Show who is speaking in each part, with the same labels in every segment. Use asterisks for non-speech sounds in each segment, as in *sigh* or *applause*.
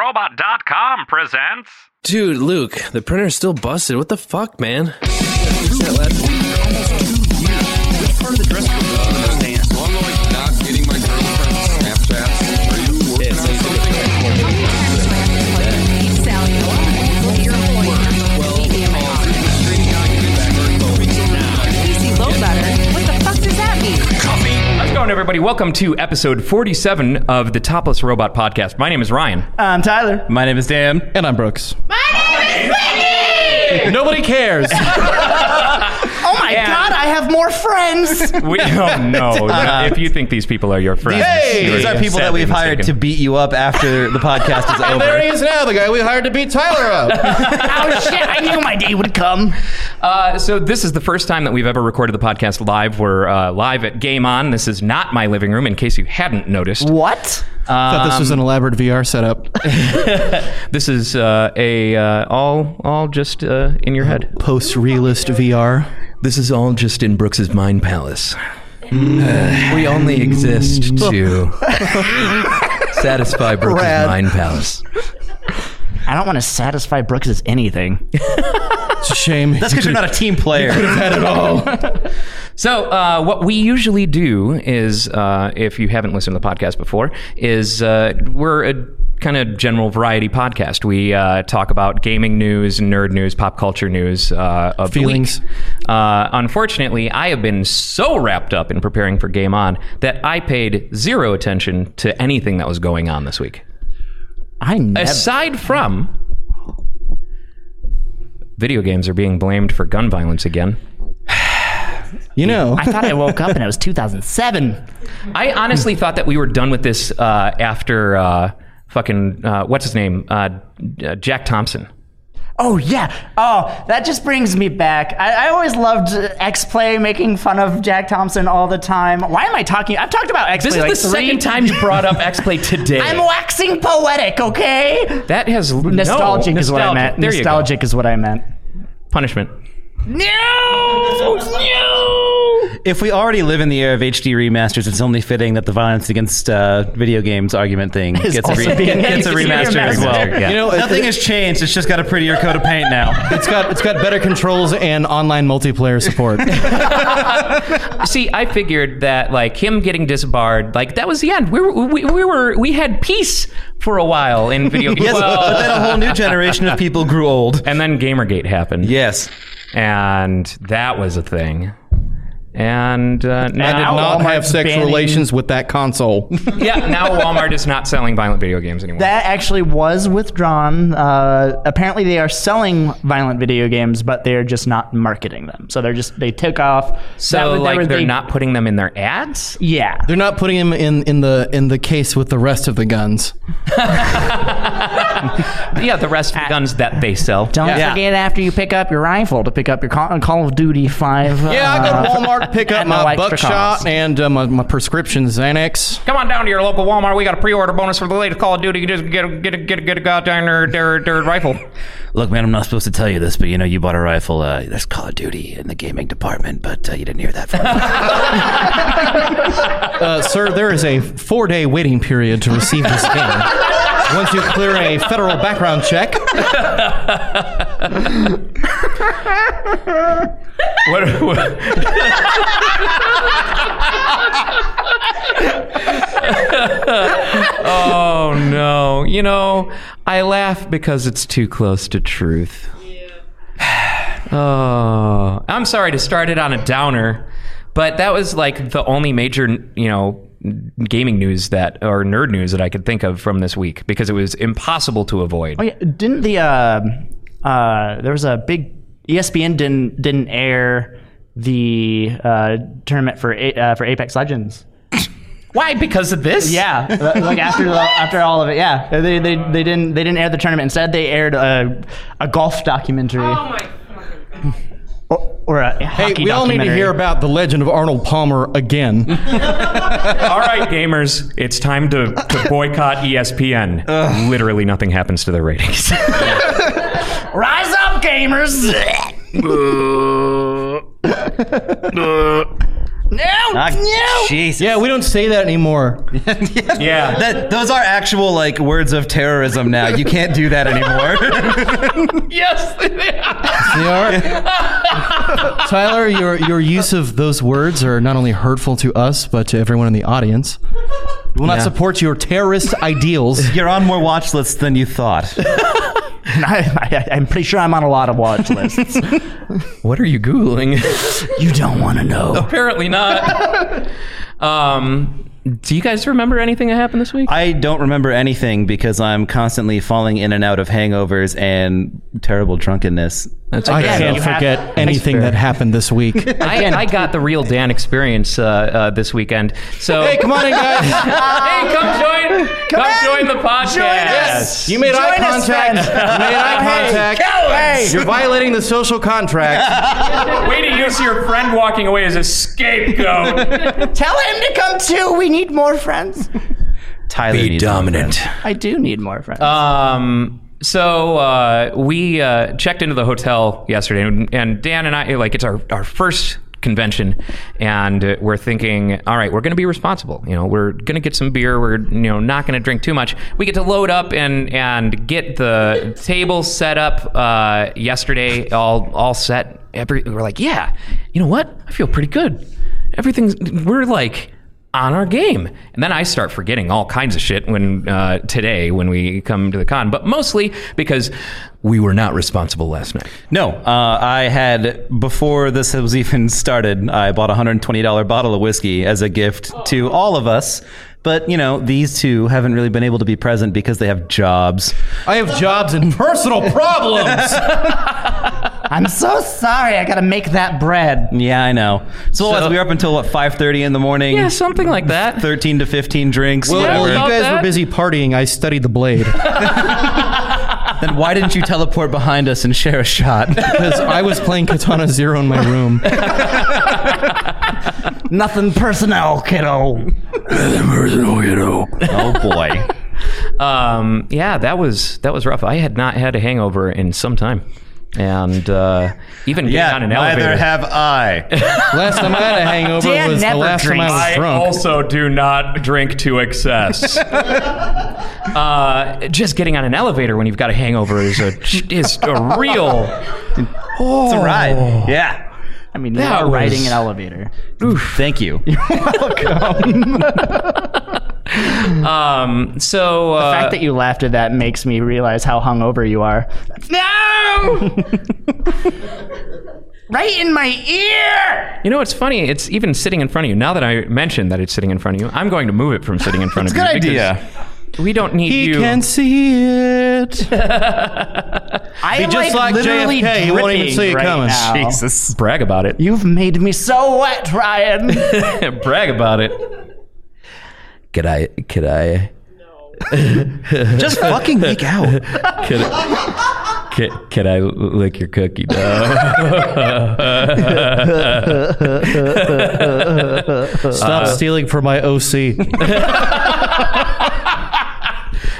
Speaker 1: ToplessRobot.com presents.
Speaker 2: Dude, Luke, the printer's still busted. What the fuck, man?
Speaker 3: I'm like not getting my girlfriend's Snapchat. Are you working on something?
Speaker 4: How's it going, everybody? Welcome to episode 47 of the Topless Robot Podcast. My name is Ryan.
Speaker 5: Uh,
Speaker 6: I'm Tyler.
Speaker 7: My name is Dan. And I'm Brooks. Nobody cares.
Speaker 6: Oh my god, I have more friends.
Speaker 5: *laughs*
Speaker 4: We, oh, no. if you think these people are your friends,
Speaker 7: Hey!
Speaker 4: you're
Speaker 5: These are people that
Speaker 4: sadly
Speaker 5: we've hired to
Speaker 4: mistaken.
Speaker 5: beat you up after the
Speaker 7: *laughs*
Speaker 5: podcast is
Speaker 7: there he
Speaker 5: over.
Speaker 7: is now, the guy we hired to beat Tyler up.
Speaker 6: oh shit, I knew my day would come.
Speaker 4: Uh, so, this is the first time that we've ever recorded the podcast live. We're uh, live at Game On. This is not my living room, in case you hadn't noticed.
Speaker 6: What?
Speaker 7: Thought this was
Speaker 5: Um,
Speaker 7: an elaborate VR setup.
Speaker 4: This is uh, a uh, all all just uh, in your head.
Speaker 7: Post realist VR.
Speaker 2: This is all just in Brooks's mind palace. Uh, we only exist
Speaker 5: *laughs*
Speaker 2: to satisfy Brooks's
Speaker 7: Brad.
Speaker 2: mind palace.
Speaker 6: I don't want to satisfy Brooks as anything.
Speaker 7: It's a shame.
Speaker 5: That's because you're not a team player.
Speaker 7: Not at all.
Speaker 4: So, uh, what we usually do is, uh, if you haven't listened to the podcast before, is uh, we're a kind of general variety podcast. We uh, talk about gaming news, nerd news, pop culture news uh, of the week.
Speaker 7: Feelings.
Speaker 4: Uh, unfortunately, I have been so wrapped up in preparing for Game On that I paid zero attention to anything that was going on this week,
Speaker 6: I never.
Speaker 4: aside from. Video games are being blamed for gun violence again.
Speaker 7: You know,
Speaker 6: I thought I woke up and it was 2007.
Speaker 4: I honestly
Speaker 6: Hmm.
Speaker 4: thought that we were done with this uh, after uh, fucking uh, what's his name, uh, uh, Jack Thompson.
Speaker 6: Oh yeah. Oh, that just brings me back. I, I always loved X Play making fun of Jack Thompson all the time. Why am I talking? I've talked about X Play
Speaker 4: This
Speaker 6: like
Speaker 4: is the
Speaker 6: three
Speaker 4: second time
Speaker 6: *laughs*
Speaker 4: you brought up X Play today.
Speaker 6: I'm waxing poetic, okay?
Speaker 4: that has no-
Speaker 6: Nostalgic is what I
Speaker 4: nostalgic.
Speaker 6: meant.
Speaker 4: There
Speaker 6: Nostalgic is what I meant.
Speaker 4: you go. Punishment.
Speaker 6: No! No!
Speaker 5: if we already live in the era of HD remasters, it's only fitting that the violence against uh, video games argument thing gets a,
Speaker 6: also
Speaker 5: re-
Speaker 6: being-
Speaker 5: gets a
Speaker 6: it's
Speaker 5: remaster as well.
Speaker 4: remastered, yeah.
Speaker 5: You know, nothing has changed. It's just got a prettier coat of paint now.
Speaker 7: it's got it's got better controls and online multiplayer support.
Speaker 4: See, I figured that like him getting disbarred, like that was the end. We were we, we were we had peace for a while in video
Speaker 6: *laughs*
Speaker 4: games.
Speaker 5: Yes, but then a whole new generation of people *laughs* grew old.
Speaker 4: and then Gamergate happened.
Speaker 5: Yes.
Speaker 4: and that was a thing. And uh, now
Speaker 7: I did not
Speaker 6: Walmart's
Speaker 7: have sex
Speaker 6: banning-
Speaker 7: relations with that console.
Speaker 4: yeah, now Walmart is not selling violent video games anymore.
Speaker 6: That actually was withdrawn. Uh, apparently, they are selling violent video games, but they are just not marketing them. So they're just they took off.
Speaker 4: so
Speaker 6: That was- that
Speaker 4: like
Speaker 6: was-
Speaker 4: they're
Speaker 6: they-
Speaker 4: not putting them in their ads.
Speaker 6: Yeah.
Speaker 7: They're not putting him in, in the in the case with the rest of the guns.
Speaker 4: Yeah, the rest of the guns that they sell.
Speaker 6: Don't
Speaker 5: Yeah.
Speaker 6: forget after you pick up your rifle to pick up your Call, Call of Duty Five.
Speaker 7: Yeah, I go
Speaker 6: uh,
Speaker 7: to
Speaker 6: *laughs*
Speaker 7: Walmart,
Speaker 5: *laughs*
Speaker 7: pick
Speaker 6: at
Speaker 7: up
Speaker 6: no
Speaker 7: my
Speaker 6: extra
Speaker 7: buckshot
Speaker 6: cost.
Speaker 7: and uh, my, my prescription Xanax.
Speaker 4: Come on down to your local Walmart. We got a pre-order bonus for the latest Call of Duty. You just get a, get a, get a, get a goddamn nerd, nerd, nerd rifle.
Speaker 5: Look, man, I'm not supposed to tell you this, but you know, you bought a rifle. Uh, there's Call of Duty in the gaming department, but uh, you didn't hear that from me.
Speaker 7: Uh, sir, there is a four day waiting period to receive this game. Once you clear a federal background check,
Speaker 4: What, what- *laughs* oh no! You know, I laugh because it's too close to truth. *sighs* Oh, I'm sorry to start it on a downer, but that was like the only major, you know, gaming news that or nerd news that I could think of from this week because it was impossible to avoid.
Speaker 6: Oh, yeah. Didn't the uh, uh, there was a big E ESPN didn't didn't air the uh, tournament for A- uh, for Apex Legends.
Speaker 4: Why? Because of this?
Speaker 6: Yeah, *laughs* uh, like after the, after all of it, yeah, they, they they didn't they didn't air the tournament. Instead, they aired a a golf documentary. Oh my. *laughs* Or, or a
Speaker 7: hey,
Speaker 6: hockey
Speaker 7: we all need to
Speaker 6: documentary.
Speaker 7: hear about the legend of Arnold Palmer again.
Speaker 4: All right, gamers, it's time to, to boycott
Speaker 8: E
Speaker 4: ESPN. Literally nothing happens to their ratings.
Speaker 6: Rise *laughs* up, gamers!
Speaker 5: Ah, Jesus.
Speaker 7: Yeah, we don't say that anymore.
Speaker 8: Yeah.
Speaker 5: That, those are actual like words of terrorism now. You can't do that anymore. *laughs*
Speaker 8: yes.
Speaker 7: They are. Tyler, your your use of those words are not only hurtful to us but to everyone in the audience. We will not support your terrorist ideals.
Speaker 5: You're on more watch lists than you thought.
Speaker 6: I, am pretty sure I'm on a lot of watch lists.
Speaker 2: What are you googling?
Speaker 6: you don't want to know.
Speaker 8: Apparently not. Um, do you guys remember anything that happened this week?
Speaker 5: I don't remember anything because I'm constantly falling in and out of hangovers and terrible drunkenness.
Speaker 8: That's
Speaker 7: I
Speaker 8: okay.
Speaker 7: can't
Speaker 6: you have-
Speaker 7: forget anything that happened
Speaker 6: *laughs*
Speaker 7: this week. hey,
Speaker 8: I, I got the real Dan experience uh, uh, this weekend. So
Speaker 7: come on in, guys.
Speaker 8: Hey, come join, come, join the podcast.
Speaker 7: You made eye
Speaker 6: Join us,
Speaker 7: contact.
Speaker 6: friends.
Speaker 7: You made eye contact. You're violating the
Speaker 6: *laughs*
Speaker 7: social contract.
Speaker 8: Way to use your friend walking away as a *laughs*
Speaker 6: *laughs*
Speaker 8: scapegoat.
Speaker 6: Tell him to come too. We need more friends.
Speaker 5: Tyler
Speaker 2: Be
Speaker 5: needs a
Speaker 2: dominant.
Speaker 6: I do need more friends.
Speaker 8: um. So uh, we uh, checked into the hotel yesterday, and, and Dan and I like it's our our first convention, and uh, we're thinking, all right, we're going to be responsible. You know, we're going to get some beer. We're you know not going to drink too much. We get to load up and and get the table set up uh, yesterday, all all set. Every we're like, yeah, you know what? I feel pretty good. Everything's we're like on our game. And then I start forgetting all kinds of shit when uh, today when we come to the con, but mostly because
Speaker 2: We were not responsible last night.
Speaker 5: No, uh, I had before this was even started. I bought a hundred twenty dollar bottle of whiskey as a gift to all of us. But you know, these two haven't really been able to be present because they have jobs.
Speaker 7: I have jobs and
Speaker 6: *laughs*
Speaker 7: personal problems.
Speaker 6: I'm so sorry. I gotta make that bread.
Speaker 5: Yeah, I know. So, what was it? we were up until what five thirty in the morning.
Speaker 8: yeah, something
Speaker 5: *laughs*
Speaker 8: like that.
Speaker 5: Thirteen to fifteen drinks.
Speaker 7: Well,
Speaker 8: Yeah,
Speaker 7: while
Speaker 5: whatever.
Speaker 7: you
Speaker 8: about
Speaker 7: guys
Speaker 8: that.
Speaker 7: were busy partying. I studied
Speaker 6: *laughs*
Speaker 7: the blade.
Speaker 5: then why didn't you teleport behind us and share a shot?
Speaker 7: Because I was playing Katana Zero in my room.
Speaker 6: Nothing personal, kiddo.
Speaker 5: *laughs* oh boy.
Speaker 8: Um, yeah, that was that was rough. I had not had a hangover in some time. And uh, even getting on an elevator.
Speaker 5: have
Speaker 8: *laughs*
Speaker 5: I.
Speaker 7: Last time I had a hangover
Speaker 6: Dan
Speaker 7: was the
Speaker 6: never
Speaker 7: last time
Speaker 6: drinks.
Speaker 7: I was drunk.
Speaker 8: do not drink to excess. uh, *laughs* just getting on an elevator when you've got a hangover is a is a real.
Speaker 5: It's a ride. Yeah.
Speaker 6: I mean, you
Speaker 8: That
Speaker 6: are
Speaker 8: was-
Speaker 6: riding an elevator.
Speaker 5: Thank
Speaker 8: *laughs*
Speaker 5: you.
Speaker 8: Um, so uh,
Speaker 6: the fact that you laughed at that makes me realize how hungover you are. No! *laughs* right in my ear!
Speaker 8: You know, it's funny. It's even sitting in front of you. Now that I mentioned that it's sitting in front of you, I'm going to move it from sitting in front of you.
Speaker 5: Good
Speaker 8: because
Speaker 5: idea.
Speaker 8: We don't need
Speaker 7: He
Speaker 8: you.
Speaker 7: can see it.
Speaker 6: I am
Speaker 7: just like
Speaker 6: literally
Speaker 7: JFK, you won't even
Speaker 6: dripping
Speaker 7: see it
Speaker 6: right
Speaker 7: coming.
Speaker 6: now.
Speaker 5: Jesus.
Speaker 8: brag about it.
Speaker 6: You've made me so wet,
Speaker 7: *laughs*
Speaker 6: Ryan.
Speaker 8: brag about it.
Speaker 2: Could I? Could I?
Speaker 5: Just fucking make out.
Speaker 2: Could I? Could, could I lick your cookie
Speaker 8: *laughs*
Speaker 2: dough?
Speaker 8: Uh,
Speaker 7: Stop stealing from my OC.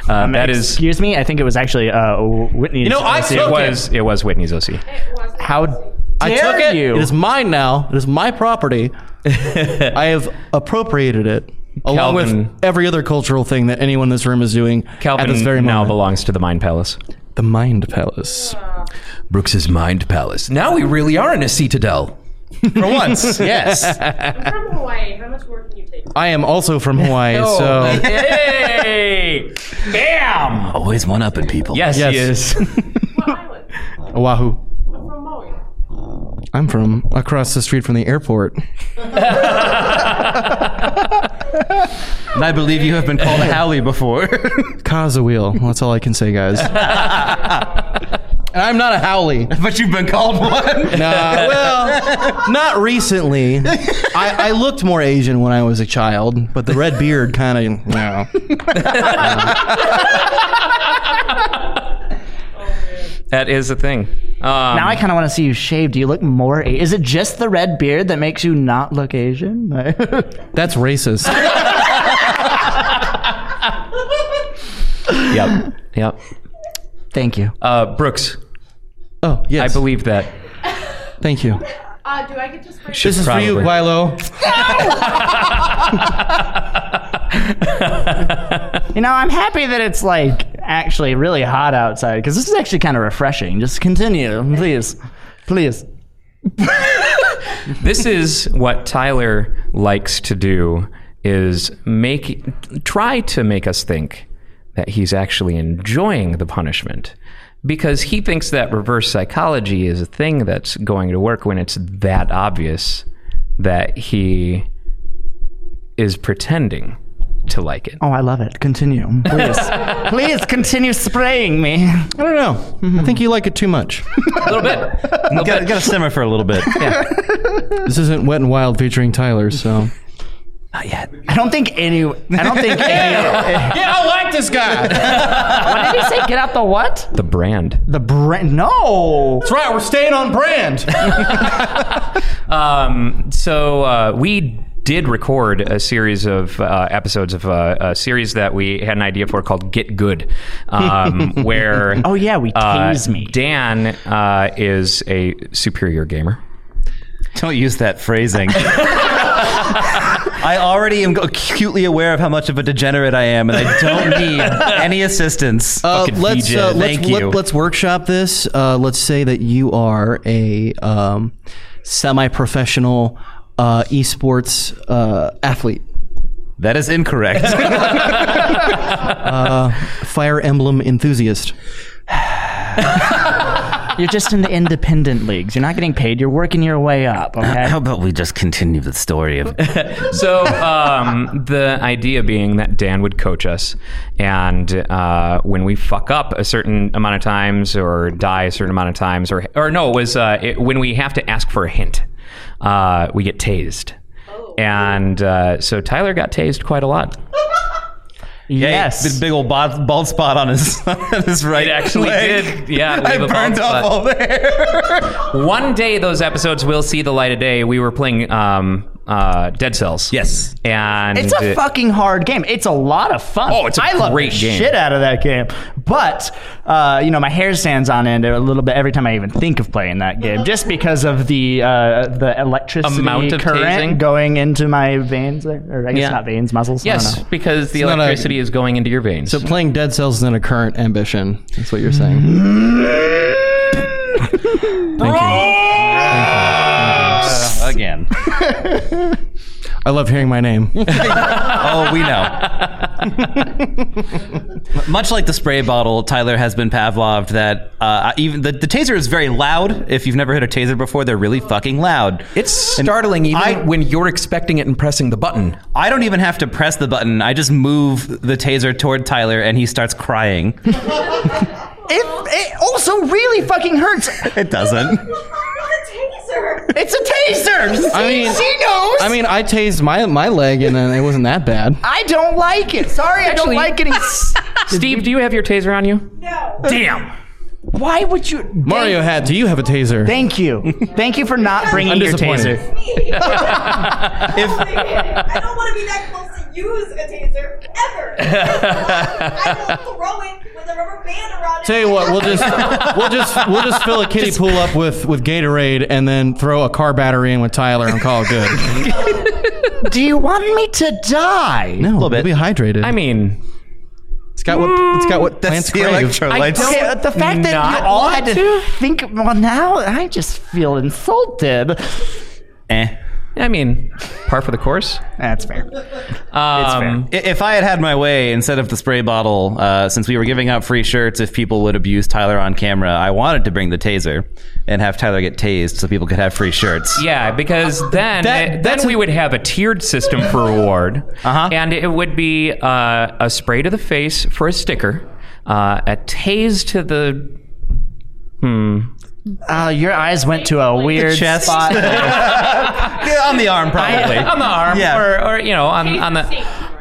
Speaker 8: Uh, that is.
Speaker 6: Excuse me, I think it was actually uh, Whitney. You
Speaker 7: know, I
Speaker 8: It
Speaker 7: took
Speaker 8: was. It was Whitney's OC.
Speaker 6: How dare
Speaker 7: I took it.
Speaker 6: you?
Speaker 7: It is mine now. It is my
Speaker 8: *laughs*
Speaker 7: property. I have appropriated it. Along
Speaker 8: Calvin-
Speaker 7: with every other cultural thing that anyone in this room is doing
Speaker 8: Calvin
Speaker 7: at this very
Speaker 8: now
Speaker 7: moment.
Speaker 8: belongs to the Mind Palace.
Speaker 7: the Mind Palace.
Speaker 2: Brooks's mind palace. Now we really are in a citadel.
Speaker 5: For once, yes.
Speaker 9: from Hawaii. How much work can you take?
Speaker 7: I am also
Speaker 8: *laughs*
Speaker 7: from Hawaii,
Speaker 8: Oh,
Speaker 7: so
Speaker 8: Hey! Bam!
Speaker 5: *laughs* Always one upping people.
Speaker 7: *laughs*
Speaker 8: Yes,
Speaker 7: Yes.
Speaker 8: he
Speaker 9: *laughs*
Speaker 8: is.
Speaker 9: What island?
Speaker 7: Oahu.
Speaker 9: I'm from Maui.
Speaker 7: I'm from across the street from the airport.
Speaker 5: And I believe you have been called Howie before. *laughs*
Speaker 7: Cozawheel. That's all I can say,
Speaker 8: *laughs*
Speaker 7: guys. and I'm not a Howley.
Speaker 5: but you've been called *laughs* one.
Speaker 7: Nah, Uh, well, not recently. I, I looked more Asian when I was a child, but the red beard kind of, you know.
Speaker 8: that is a thing. Um,
Speaker 6: now I kind of want to see you shaved. You look more. A- is it just the red beard that makes you not look
Speaker 7: *laughs*
Speaker 6: Asian? *laughs*
Speaker 7: That's racist.
Speaker 5: Yep.
Speaker 8: Yep.
Speaker 6: Thank you.
Speaker 8: Uh, Brooks,
Speaker 7: Oh,
Speaker 8: I
Speaker 7: yes.
Speaker 8: believe that.
Speaker 7: Thank you.
Speaker 1: Uh, do I get to spray?
Speaker 7: This is for you, Guilo.
Speaker 6: You know, I'm happy that it's like actually really hot outside because this is actually kind of refreshing. Just continue, please, please.
Speaker 4: this is what Tyler likes to do is make try to make us think that he's actually enjoying the punishment because he thinks that reverse psychology is a thing that's going to work when it's that obvious that he is pretending to like it.
Speaker 6: Oh, I love it. Continue, *laughs* please, please continue spraying me.
Speaker 7: I don't know. I think you like it too much.
Speaker 4: A little bit.
Speaker 5: Got, got to simmer for a little
Speaker 8: *laughs*
Speaker 5: bit.
Speaker 7: this isn't Wet and Wild featuring Tyler, so.
Speaker 6: I don't think any. I don't think *laughs* any.
Speaker 7: Yeah, I like this guy. That's
Speaker 6: what did he say? Get out the what?
Speaker 4: The brand.
Speaker 6: The brand? No.
Speaker 7: right. We're staying on brand.
Speaker 4: Um, so uh, we did record a series of uh, episodes of uh, a series that we had an idea for called Get Good, um, where
Speaker 6: Oh yeah, we
Speaker 4: uh,
Speaker 6: tase me.
Speaker 4: Dan uh, is a superior gamer.
Speaker 5: Don't use that
Speaker 8: *laughs*
Speaker 5: phrasing. I already am acutely aware of how much of a degenerate I am, and I don't
Speaker 8: *laughs*
Speaker 5: need any assistance.
Speaker 7: Uh,
Speaker 5: Fucking
Speaker 7: let's,
Speaker 5: VJ,
Speaker 7: uh, let's
Speaker 5: thank you.
Speaker 7: Let, let's workshop this. Uh, let's say that you are a um, semi-professional uh, esports uh, athlete.
Speaker 5: that is incorrect.
Speaker 7: Uh, Fire Emblem enthusiast.
Speaker 6: You're just in the independent leagues. You're not getting paid. You're working your way up. Okay.
Speaker 5: *laughs* how about we just continue the story of
Speaker 4: So um, the idea being that Dan would coach us, and uh, when we fuck up a certain amount of times, or die a certain amount of times, or or no, it was uh, it, when we have to ask for a hint, uh, we get tased.
Speaker 8: Oh. *laughs*
Speaker 4: And uh, so Tyler got tased quite a lot.
Speaker 6: yes.
Speaker 5: big, big old bald, bald spot on his *laughs* on his right.
Speaker 4: It actually
Speaker 5: leg.
Speaker 4: did,
Speaker 5: *laughs*
Speaker 4: yeah.
Speaker 5: I
Speaker 4: leave a bald
Speaker 5: burned
Speaker 4: spot.
Speaker 5: off all there.
Speaker 4: One day those episodes will see the light of day. We were playing um, uh, Dead Cells.
Speaker 5: *laughs* Yes.
Speaker 4: and
Speaker 6: It's a fucking hard game. It's a lot of fun.
Speaker 4: Oh, it's a
Speaker 6: I love
Speaker 4: great
Speaker 6: the
Speaker 4: game.
Speaker 6: shit out of that game. But uh, you know, my hair stands on end a little bit every time I even think of playing that game, just because of the uh, the electricity
Speaker 4: Amount of
Speaker 6: current
Speaker 4: tasing?
Speaker 6: going into my veins, or, or I guess
Speaker 4: Yeah.
Speaker 6: not veins, muscles. I don't
Speaker 4: Yes,
Speaker 6: know.
Speaker 4: because the
Speaker 7: It's not a-
Speaker 4: electricity is going into your veins.
Speaker 7: So playing Dead Cells is an current ambition. That's what you're saying.
Speaker 5: Again.
Speaker 7: I love hearing my name.
Speaker 5: Oh, we *laughs* know. Much like the spray bottle, Tyler has been Pavloved that uh, even the, the taser is very loud. If you've never hit a taser before, they're really fucking loud.
Speaker 2: It's startling, even
Speaker 5: I-
Speaker 2: when you're expecting it and pressing the button.
Speaker 5: I don't even have to press the button. I just move the taser toward Tyler, and he starts *laughs* crying.
Speaker 6: It, it also really fucking hurts.
Speaker 5: It doesn't.
Speaker 6: It's a taser.
Speaker 7: *laughs* I
Speaker 6: See,
Speaker 7: mean-
Speaker 6: she knows.
Speaker 7: I mean, I tased my my leg, and then it wasn't that bad.
Speaker 6: I don't like it. Sorry,
Speaker 4: Actually-
Speaker 6: I don't like getting. s- *laughs*
Speaker 4: Steve, do you have your taser on you?
Speaker 7: *laughs*
Speaker 6: Why would you?
Speaker 7: Mario hat. Do you have a taser?
Speaker 6: Thank you. Thank you
Speaker 4: *laughs*
Speaker 6: for not bringing your
Speaker 7: disappointed.
Speaker 5: *laughs*
Speaker 6: taser.
Speaker 10: I don't want to be that close to use a taser
Speaker 7: *laughs*
Speaker 10: ever. I will throw it with a rubber band around it.
Speaker 7: Tell you what, we'll just we'll just we'll just fill a kiddie pool up with with Gatorade, and then throw a car battery in with Tyler and call it *laughs* good.
Speaker 6: Do you want me to die?
Speaker 7: No, a
Speaker 5: bit.
Speaker 7: Be hydrated.
Speaker 4: I mean,
Speaker 7: it's got what it's got what plants crave.
Speaker 6: Okay, uh, the fact that
Speaker 4: not
Speaker 6: you all
Speaker 4: want
Speaker 6: had to,
Speaker 4: to?
Speaker 6: think. Well, now I just feel insulted.
Speaker 5: Eh.
Speaker 4: I mean, par for the course.
Speaker 6: That's fair.
Speaker 4: Um,
Speaker 5: I- If I had had my way instead of the spray bottle, uh, since we were giving out free shirts, if people would abuse Tyler on camera, I wanted to bring the taser and have Tyler get tased so people could have free shirts.
Speaker 4: yeah, because then
Speaker 7: That-
Speaker 4: then
Speaker 7: that's
Speaker 4: we
Speaker 7: a-
Speaker 4: would have a tiered system *laughs* for reward,
Speaker 5: Uh-huh.
Speaker 4: and it would be uh, a spray to the face for a sticker, uh, a tase to the
Speaker 6: Uh, your eyes went to a weird
Speaker 5: chest.
Speaker 6: spot.
Speaker 5: *laughs* Yeah, on the arm, probably.
Speaker 4: *laughs* on the arm
Speaker 5: Yeah.
Speaker 4: or, or you know on, on the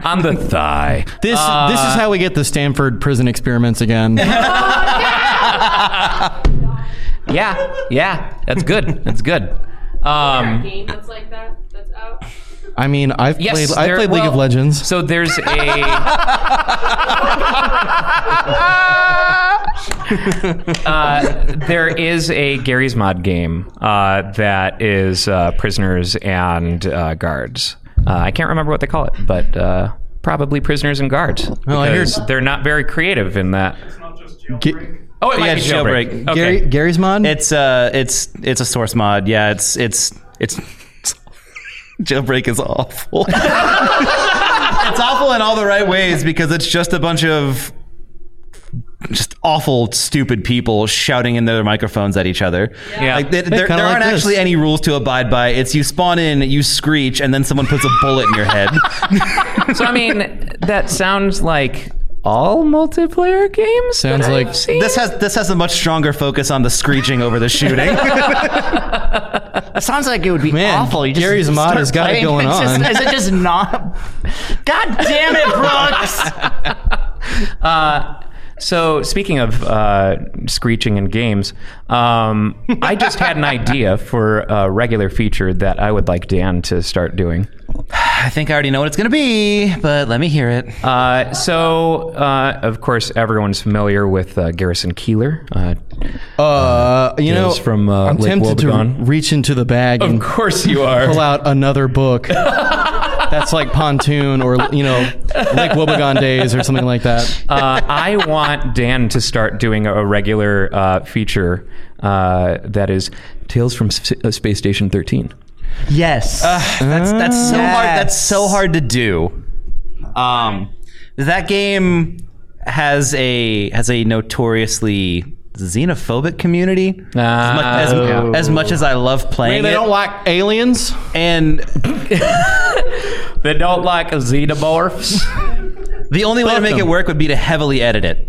Speaker 4: on the thigh.
Speaker 7: This this is how we get the Stanford prison experiments *laughs* again.
Speaker 4: Yeah, yeah, that's good. That's good.
Speaker 1: A
Speaker 4: Um,
Speaker 1: game that's like that. That's out.
Speaker 7: I mean, I've
Speaker 4: yes,
Speaker 7: played I've
Speaker 4: there-
Speaker 7: played League of
Speaker 4: well,
Speaker 7: Legends.
Speaker 4: So there's a uh, there is a Gary's Mod game uh, that is uh, prisoners and uh, guards. Uh, I can't remember what they call it, but uh, probably prisoners and guards.
Speaker 7: Well, I hear-
Speaker 4: because they're not very creative in that. Oh, it might
Speaker 5: Yeah,
Speaker 4: be
Speaker 5: it's
Speaker 4: jailbreak.
Speaker 5: jailbreak.
Speaker 4: Okay.
Speaker 7: Gary, Gary's mod.
Speaker 5: It's uh, it's it's a source mod. Yeah, it's it's it's. *laughs* Jailbreak is awful. *laughs* it's awful in all the right ways because it's just a bunch of just awful, stupid people shouting in their microphones at each other.
Speaker 4: Yeah.
Speaker 5: Like, there- there,
Speaker 7: kinda
Speaker 5: there
Speaker 7: like
Speaker 5: aren't
Speaker 7: this.
Speaker 5: actually any rules to abide by. It's you spawn in, you screech, and then someone puts a bullet in
Speaker 7: *laughs*
Speaker 5: your head.
Speaker 4: so I mean, that sounds like all multiplayer games. that
Speaker 7: Sounds
Speaker 4: I've *laughs*
Speaker 7: like-
Speaker 4: seen?
Speaker 5: This has this has a much stronger focus on the screeching over
Speaker 7: *laughs*
Speaker 5: the shooting.
Speaker 6: That sounds like it would be
Speaker 7: Man,
Speaker 6: awful. You just
Speaker 7: Gary's mod
Speaker 6: start
Speaker 7: has got
Speaker 4: *laughs*
Speaker 7: it
Speaker 6: playing.
Speaker 7: going
Speaker 6: It's just-
Speaker 7: on.
Speaker 6: is it just not? God damn it, *laughs* Brooks!
Speaker 4: Uh, so speaking of uh, screeching in games, um, I just had an idea for a regular feature that I would like Dan to start doing.
Speaker 5: I think I already know what it's gonna be, but let me hear it.
Speaker 4: Uh, so, uh, of course, everyone's familiar with uh, Garrison Keeler. Uh,
Speaker 7: Uh, you know,
Speaker 4: Tales from, uh,
Speaker 7: I'm
Speaker 4: Lake
Speaker 7: tempted to
Speaker 4: Wobegon.
Speaker 7: reach into the bag and
Speaker 4: course, you *laughs* are.
Speaker 7: pull out another
Speaker 4: *laughs*
Speaker 7: book. That's like pontoon or you know, Lake Wobegon days or something like that.
Speaker 4: uh, I want Dan to start doing a regular uh, feature uh, that is Tales from S- uh, Space Station 13.
Speaker 6: Yes.
Speaker 5: That's that's so hard.
Speaker 6: Yes.
Speaker 5: That's so hard to do. Um, that game has a has a notoriously xenophobic community. as, much, as,
Speaker 4: Oh.
Speaker 5: as much as I love playing
Speaker 7: They
Speaker 5: it,
Speaker 7: don't like aliens.
Speaker 5: and
Speaker 4: They don't like Xenomorphs.
Speaker 5: the only way to make it work would be to heavily edit it.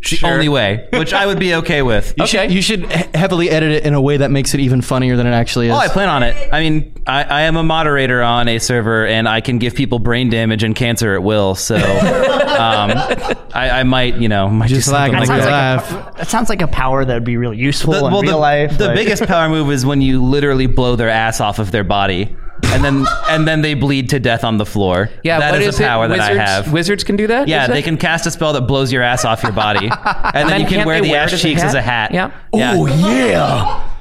Speaker 5: The only way, which I would be
Speaker 7: *laughs*
Speaker 5: okay with.
Speaker 7: *laughs* You should, you should he- heavily edit it in a way that makes it even funnier than it actually is.
Speaker 5: Oh, I plan on it. I mean, I, I am a moderator on a server, and I can give people brain damage and cancer at
Speaker 7: *laughs*
Speaker 5: will. So, um, I, I might, you know, might
Speaker 7: Just
Speaker 5: do
Speaker 7: like
Speaker 5: something
Speaker 7: my
Speaker 5: like that.
Speaker 7: life.
Speaker 6: that sounds like a power that would be really useful in real
Speaker 5: the,
Speaker 6: life.
Speaker 5: the
Speaker 6: like-
Speaker 5: biggest power move is when you literally blow their ass off of their body, and then and then they bleed to death on the floor.
Speaker 4: Yeah,
Speaker 5: that
Speaker 4: what
Speaker 5: is a power
Speaker 4: it?
Speaker 5: that
Speaker 4: wizards,
Speaker 5: I have.
Speaker 4: Wizards can do that.
Speaker 5: yeah,
Speaker 4: Is that-
Speaker 5: they can cast a spell that blows your ass off your body,
Speaker 4: *laughs*
Speaker 5: and, then,
Speaker 4: then
Speaker 5: you can
Speaker 4: can't
Speaker 5: wear
Speaker 4: they
Speaker 5: the
Speaker 4: wear it
Speaker 5: ass
Speaker 4: as a
Speaker 5: cheeks
Speaker 4: hat?
Speaker 5: as a hat.
Speaker 4: Yeah.
Speaker 5: yeah,
Speaker 6: Oh,
Speaker 7: yeah,
Speaker 5: yeah.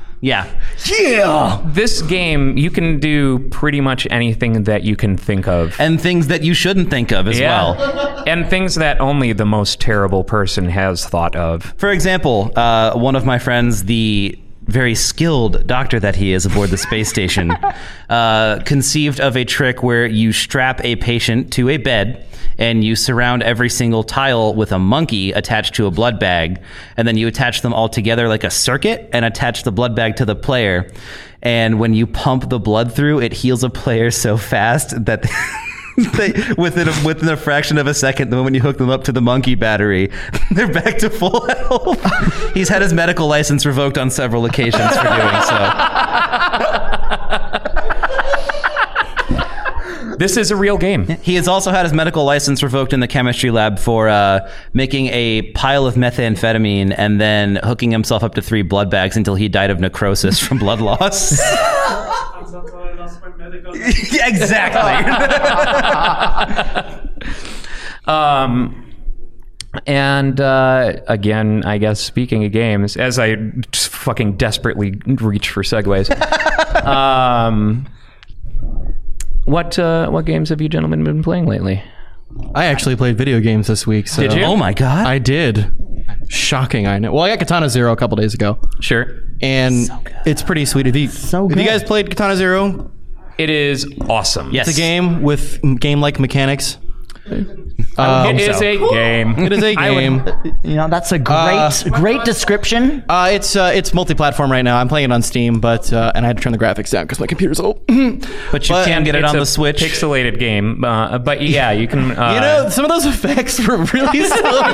Speaker 7: yeah.
Speaker 4: This game, you can do pretty much anything that you can think of.
Speaker 5: and things that you shouldn't think of as well.
Speaker 4: and things that only the most terrible person has thought of.
Speaker 5: For example, uh, one of my friends, the very skilled doctor that he is aboard the space station, uh, conceived of a trick where you strap a patient to a bed and you surround every single tile with a monkey attached to a blood bag, and then you attach them all together like a circuit and attach the blood bag to the player. And when you pump the blood through, it heals a player so fast that. *laughs* They, within a, within a fraction of a second, the moment you hook them up to the monkey battery, *laughs* they're back to full health. He's had his medical license revoked on several occasions for doing so.
Speaker 4: This is a real game.
Speaker 5: He has also had his medical license revoked in the chemistry lab for uh, making a pile of methamphetamine and then hooking himself up to three blood bags until he died of necrosis from blood loss. *laughs* Yeah, exactly. Oh
Speaker 4: Um, and uh, again, I guess speaking of games, as I just fucking desperately reach for
Speaker 5: *laughs*
Speaker 4: segues, um, what uh, what games have you gentlemen been playing lately?
Speaker 7: I actually played video games this week. So
Speaker 4: Did you?
Speaker 5: oh my god.
Speaker 7: I did. Shocking, I know. Well, I got Katana Zero a couple days ago,
Speaker 4: Sure,
Speaker 7: and it's pretty sweet. If you,
Speaker 6: So
Speaker 7: Have you
Speaker 6: good.
Speaker 7: guys played Katana Zero?
Speaker 4: it is awesome.
Speaker 5: yes.
Speaker 7: It's a game with game-like mechanics. Um,
Speaker 4: it is a game.
Speaker 7: *laughs* it is a
Speaker 4: I would-
Speaker 7: game.
Speaker 6: you know, that's a great,
Speaker 7: Uh,
Speaker 6: great description.
Speaker 7: Uh, it's uh, it's multi-platform right now. I'm playing it on Steam, but uh, and I had to turn the graphics down because my computer's old. *laughs*
Speaker 5: but you
Speaker 7: but
Speaker 5: can get it
Speaker 4: It's
Speaker 5: on
Speaker 4: a
Speaker 5: the Switch.
Speaker 4: *laughs* pixelated game, uh, but yeah, you can. Uh,
Speaker 7: You know, some of those effects were really *laughs* slow. Like,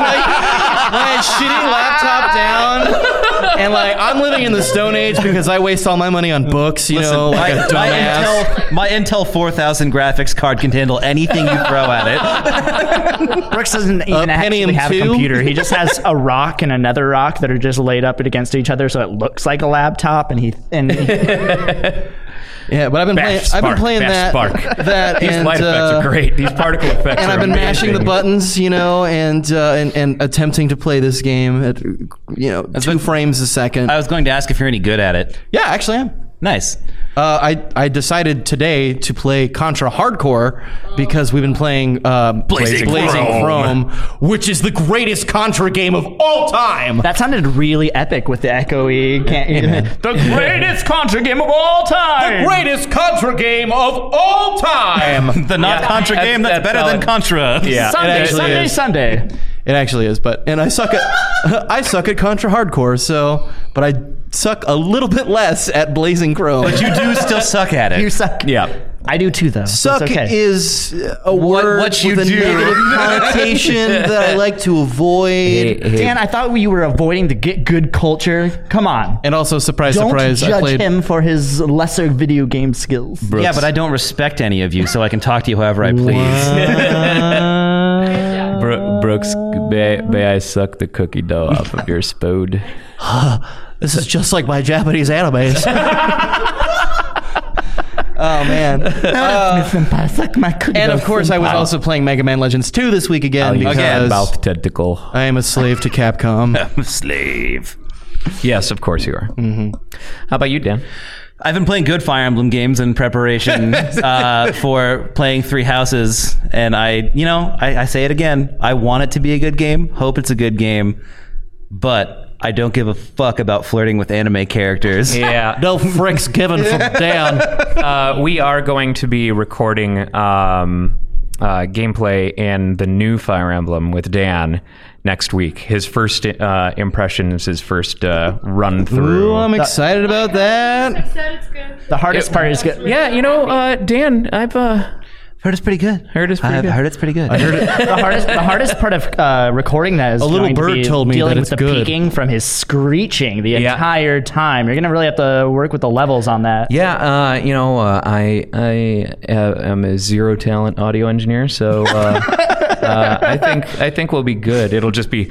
Speaker 7: my shitty laptop down, and like I'm living in the Stone Age because I waste all my money on books. You
Speaker 5: *laughs*
Speaker 7: know, like a dumbass.
Speaker 5: Intel, my Intel 4000 graphics card can handle anything you throw at it.
Speaker 6: Brooks doesn't even
Speaker 7: Pentium
Speaker 6: actually have a
Speaker 7: 2?
Speaker 6: computer. He just has a rock and another rock that are just laid up against each other, so it looks like a laptop. And he and he,
Speaker 7: Yeah, but I've been
Speaker 4: Bash
Speaker 7: playing. I've
Speaker 4: spark,
Speaker 7: been playing
Speaker 4: bash
Speaker 7: that.
Speaker 4: spark.
Speaker 7: *laughs* That
Speaker 4: These
Speaker 7: and,
Speaker 4: light effects
Speaker 7: uh,
Speaker 4: are great. These particle effects.
Speaker 7: *laughs* And
Speaker 4: are
Speaker 7: I've been mashing the
Speaker 4: amazing.
Speaker 7: buttons, you know, and uh, and and attempting to play this game at you know two
Speaker 5: been-
Speaker 7: frames a second.
Speaker 5: I was going to ask if you're any good at it.
Speaker 7: yeah, actually, I'm.
Speaker 5: Nice.
Speaker 7: Uh, I I decided today to play Contra Hardcore because we've been playing um,
Speaker 4: Blazing Chrome.
Speaker 7: Chrome, which is the greatest Contra game of all time.
Speaker 6: That sounded really epic with the echoey. Can't you?
Speaker 4: The greatest Contra game of all time.
Speaker 7: greatest Contra game of all
Speaker 4: *laughs*
Speaker 7: time.
Speaker 5: The not Contra
Speaker 4: that's-
Speaker 5: game that's,
Speaker 4: that's
Speaker 5: better than
Speaker 4: valid.
Speaker 5: Contra.
Speaker 4: Yeah.
Speaker 6: Sunday,
Speaker 7: actually
Speaker 6: Sunday,
Speaker 7: is.
Speaker 6: Sunday.
Speaker 7: it actually is, but and I suck at *laughs* I suck at Contra Hardcore. So, but I suck a little bit less at Blazing Chrome.
Speaker 5: But *laughs* you do still suck
Speaker 7: *laughs*
Speaker 5: at it.
Speaker 6: You suck.
Speaker 4: Yeah.
Speaker 6: I do too, though.
Speaker 7: Suck
Speaker 6: It's okay.
Speaker 7: is a word
Speaker 5: what you
Speaker 7: with a
Speaker 5: do.
Speaker 7: negative connotation that I like to avoid.
Speaker 6: Dan, I thought you were avoiding the get good culture. Come on.
Speaker 7: And also, surprise,
Speaker 6: Don't
Speaker 7: surprise,
Speaker 6: judge
Speaker 7: I played.
Speaker 6: him for his lesser video game skills. *laughs*
Speaker 5: Yeah, but I don't respect any of you, so I can talk to you however I please.
Speaker 4: Bro- Brooks, may, may I suck the cookie dough off of your spoon?
Speaker 7: This is just like my Japanese animes. oh
Speaker 5: *laughs*
Speaker 7: man! Uh,
Speaker 6: Suck my cookie
Speaker 7: and of
Speaker 6: dough
Speaker 7: course, I was
Speaker 6: senpai.
Speaker 7: also playing Mega Man Legends 2 this week
Speaker 5: Oh,
Speaker 7: again because
Speaker 4: Again, mouth tentacle.
Speaker 7: I am a slave to Capcom.
Speaker 5: *laughs* Slave.
Speaker 4: Yes, of course you are. How about you, Dan?
Speaker 5: I've been playing good Fire Emblem games in *laughs* preparation uh, for playing Three Houses, and I, you know, I, I say it again. I want it to be a good game. Hope it's a good game, but I don't give a fuck about flirting with anime characters.
Speaker 4: *laughs* Yeah.
Speaker 7: no fricks
Speaker 4: *laughs*
Speaker 7: given from Dan.
Speaker 4: uh, we are going to be recording um, uh, gameplay in the new Fire Emblem with Dan next week. His first uh, impressions, his first uh, run
Speaker 7: Ooh,
Speaker 4: through.
Speaker 7: I'm excited about
Speaker 1: I
Speaker 7: that.
Speaker 1: said it's good.
Speaker 6: The hardest part is good.
Speaker 4: yeah, you know, uh, Dan, I've uh,
Speaker 5: Heard it's pretty good.
Speaker 4: heard it's pretty
Speaker 5: I've
Speaker 4: good.
Speaker 5: heard it's pretty good. *laughs*
Speaker 6: the hardest, the hardest part of uh, recording that is a
Speaker 7: little bird told me
Speaker 6: dealing
Speaker 7: that
Speaker 6: with
Speaker 7: it's
Speaker 6: the
Speaker 7: good.
Speaker 6: peaking from his screeching the
Speaker 4: Yeah.
Speaker 6: entire time. You're gonna really have to work with the levels on that.
Speaker 4: Yeah, uh, you know, uh, I I uh, am a zero talent audio engineer, so uh, *laughs* uh, I think I think we'll be good. It'll just be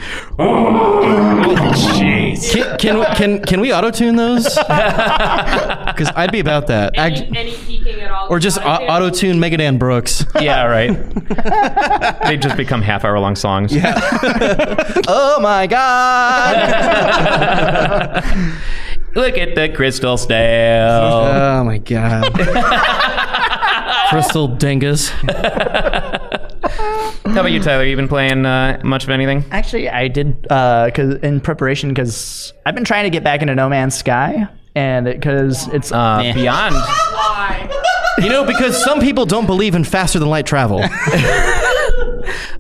Speaker 7: Can can we, can, can we auto
Speaker 4: *laughs*
Speaker 7: tune
Speaker 5: *laughs*
Speaker 7: those? Because I'd be about that.
Speaker 1: *laughs* Any,
Speaker 7: Act-
Speaker 1: any peeking at all.
Speaker 7: or just auto tune Mega Dan Brooks.
Speaker 4: yeah, right. they just become half hour long songs. Yeah.
Speaker 7: oh my
Speaker 1: *laughs*
Speaker 7: god!
Speaker 4: *laughs* Look at the crystal snail.
Speaker 7: oh my god! *laughs* Crystal dingus.
Speaker 4: How about you, Tyler? You been playing uh, much of anything?
Speaker 6: Actually, I did uh, cause in preparation because I've been trying to get back into No Man's Sky, and because it's
Speaker 4: Uh, Beyond.
Speaker 1: Why?
Speaker 7: You know, because some people don't believe in faster than light travel.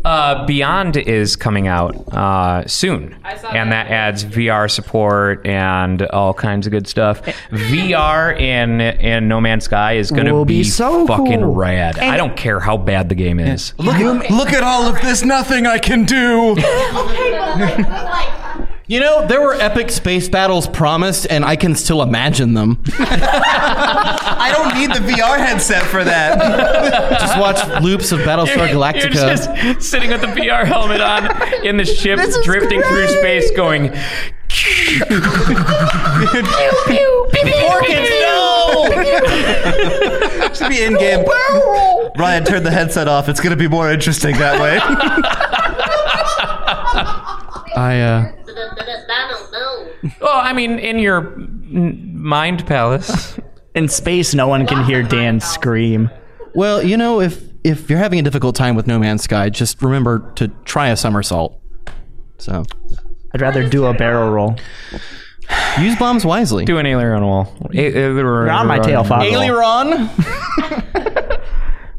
Speaker 4: Uh, Beyond is coming out uh, soon,
Speaker 1: I saw
Speaker 4: and
Speaker 1: that.
Speaker 4: that adds VR support and all kinds of good stuff. VR in in No Man's Sky is going to
Speaker 6: Will
Speaker 4: be,
Speaker 6: be so
Speaker 4: fucking
Speaker 6: cool.
Speaker 4: rad. I don't care how bad the game is.
Speaker 5: look, at, look at all of this nothing I can do.
Speaker 10: *laughs* Okay, but like, but like,
Speaker 7: *laughs* You know, there were epic space battles promised, and I can still imagine them.
Speaker 5: I don't need the VR headset for that. *laughs*
Speaker 7: Just *laughs* watch loops of Battlestar
Speaker 4: You're
Speaker 7: Galactica.
Speaker 4: just *laughs* sitting with the VR helmet on in the ship, drifting through space, going. *laughs*
Speaker 5: *laughs* Should be in game. Ryan, turn the headset off. It's gonna be more interesting that way. *laughs*
Speaker 7: I uh,
Speaker 1: I don't know.
Speaker 4: Well, I mean, in your n- mind palace.
Speaker 6: in space, no one can hear Dan scream.
Speaker 7: well, you know, if if you're having a difficult time with No Man's Sky, just remember to try a somersault. So
Speaker 6: I'd rather do a barrel roll.
Speaker 7: use bombs wisely.
Speaker 4: Do an alien on a wall. You're
Speaker 6: on my tail, Fox.
Speaker 7: Aileron.
Speaker 6: *laughs*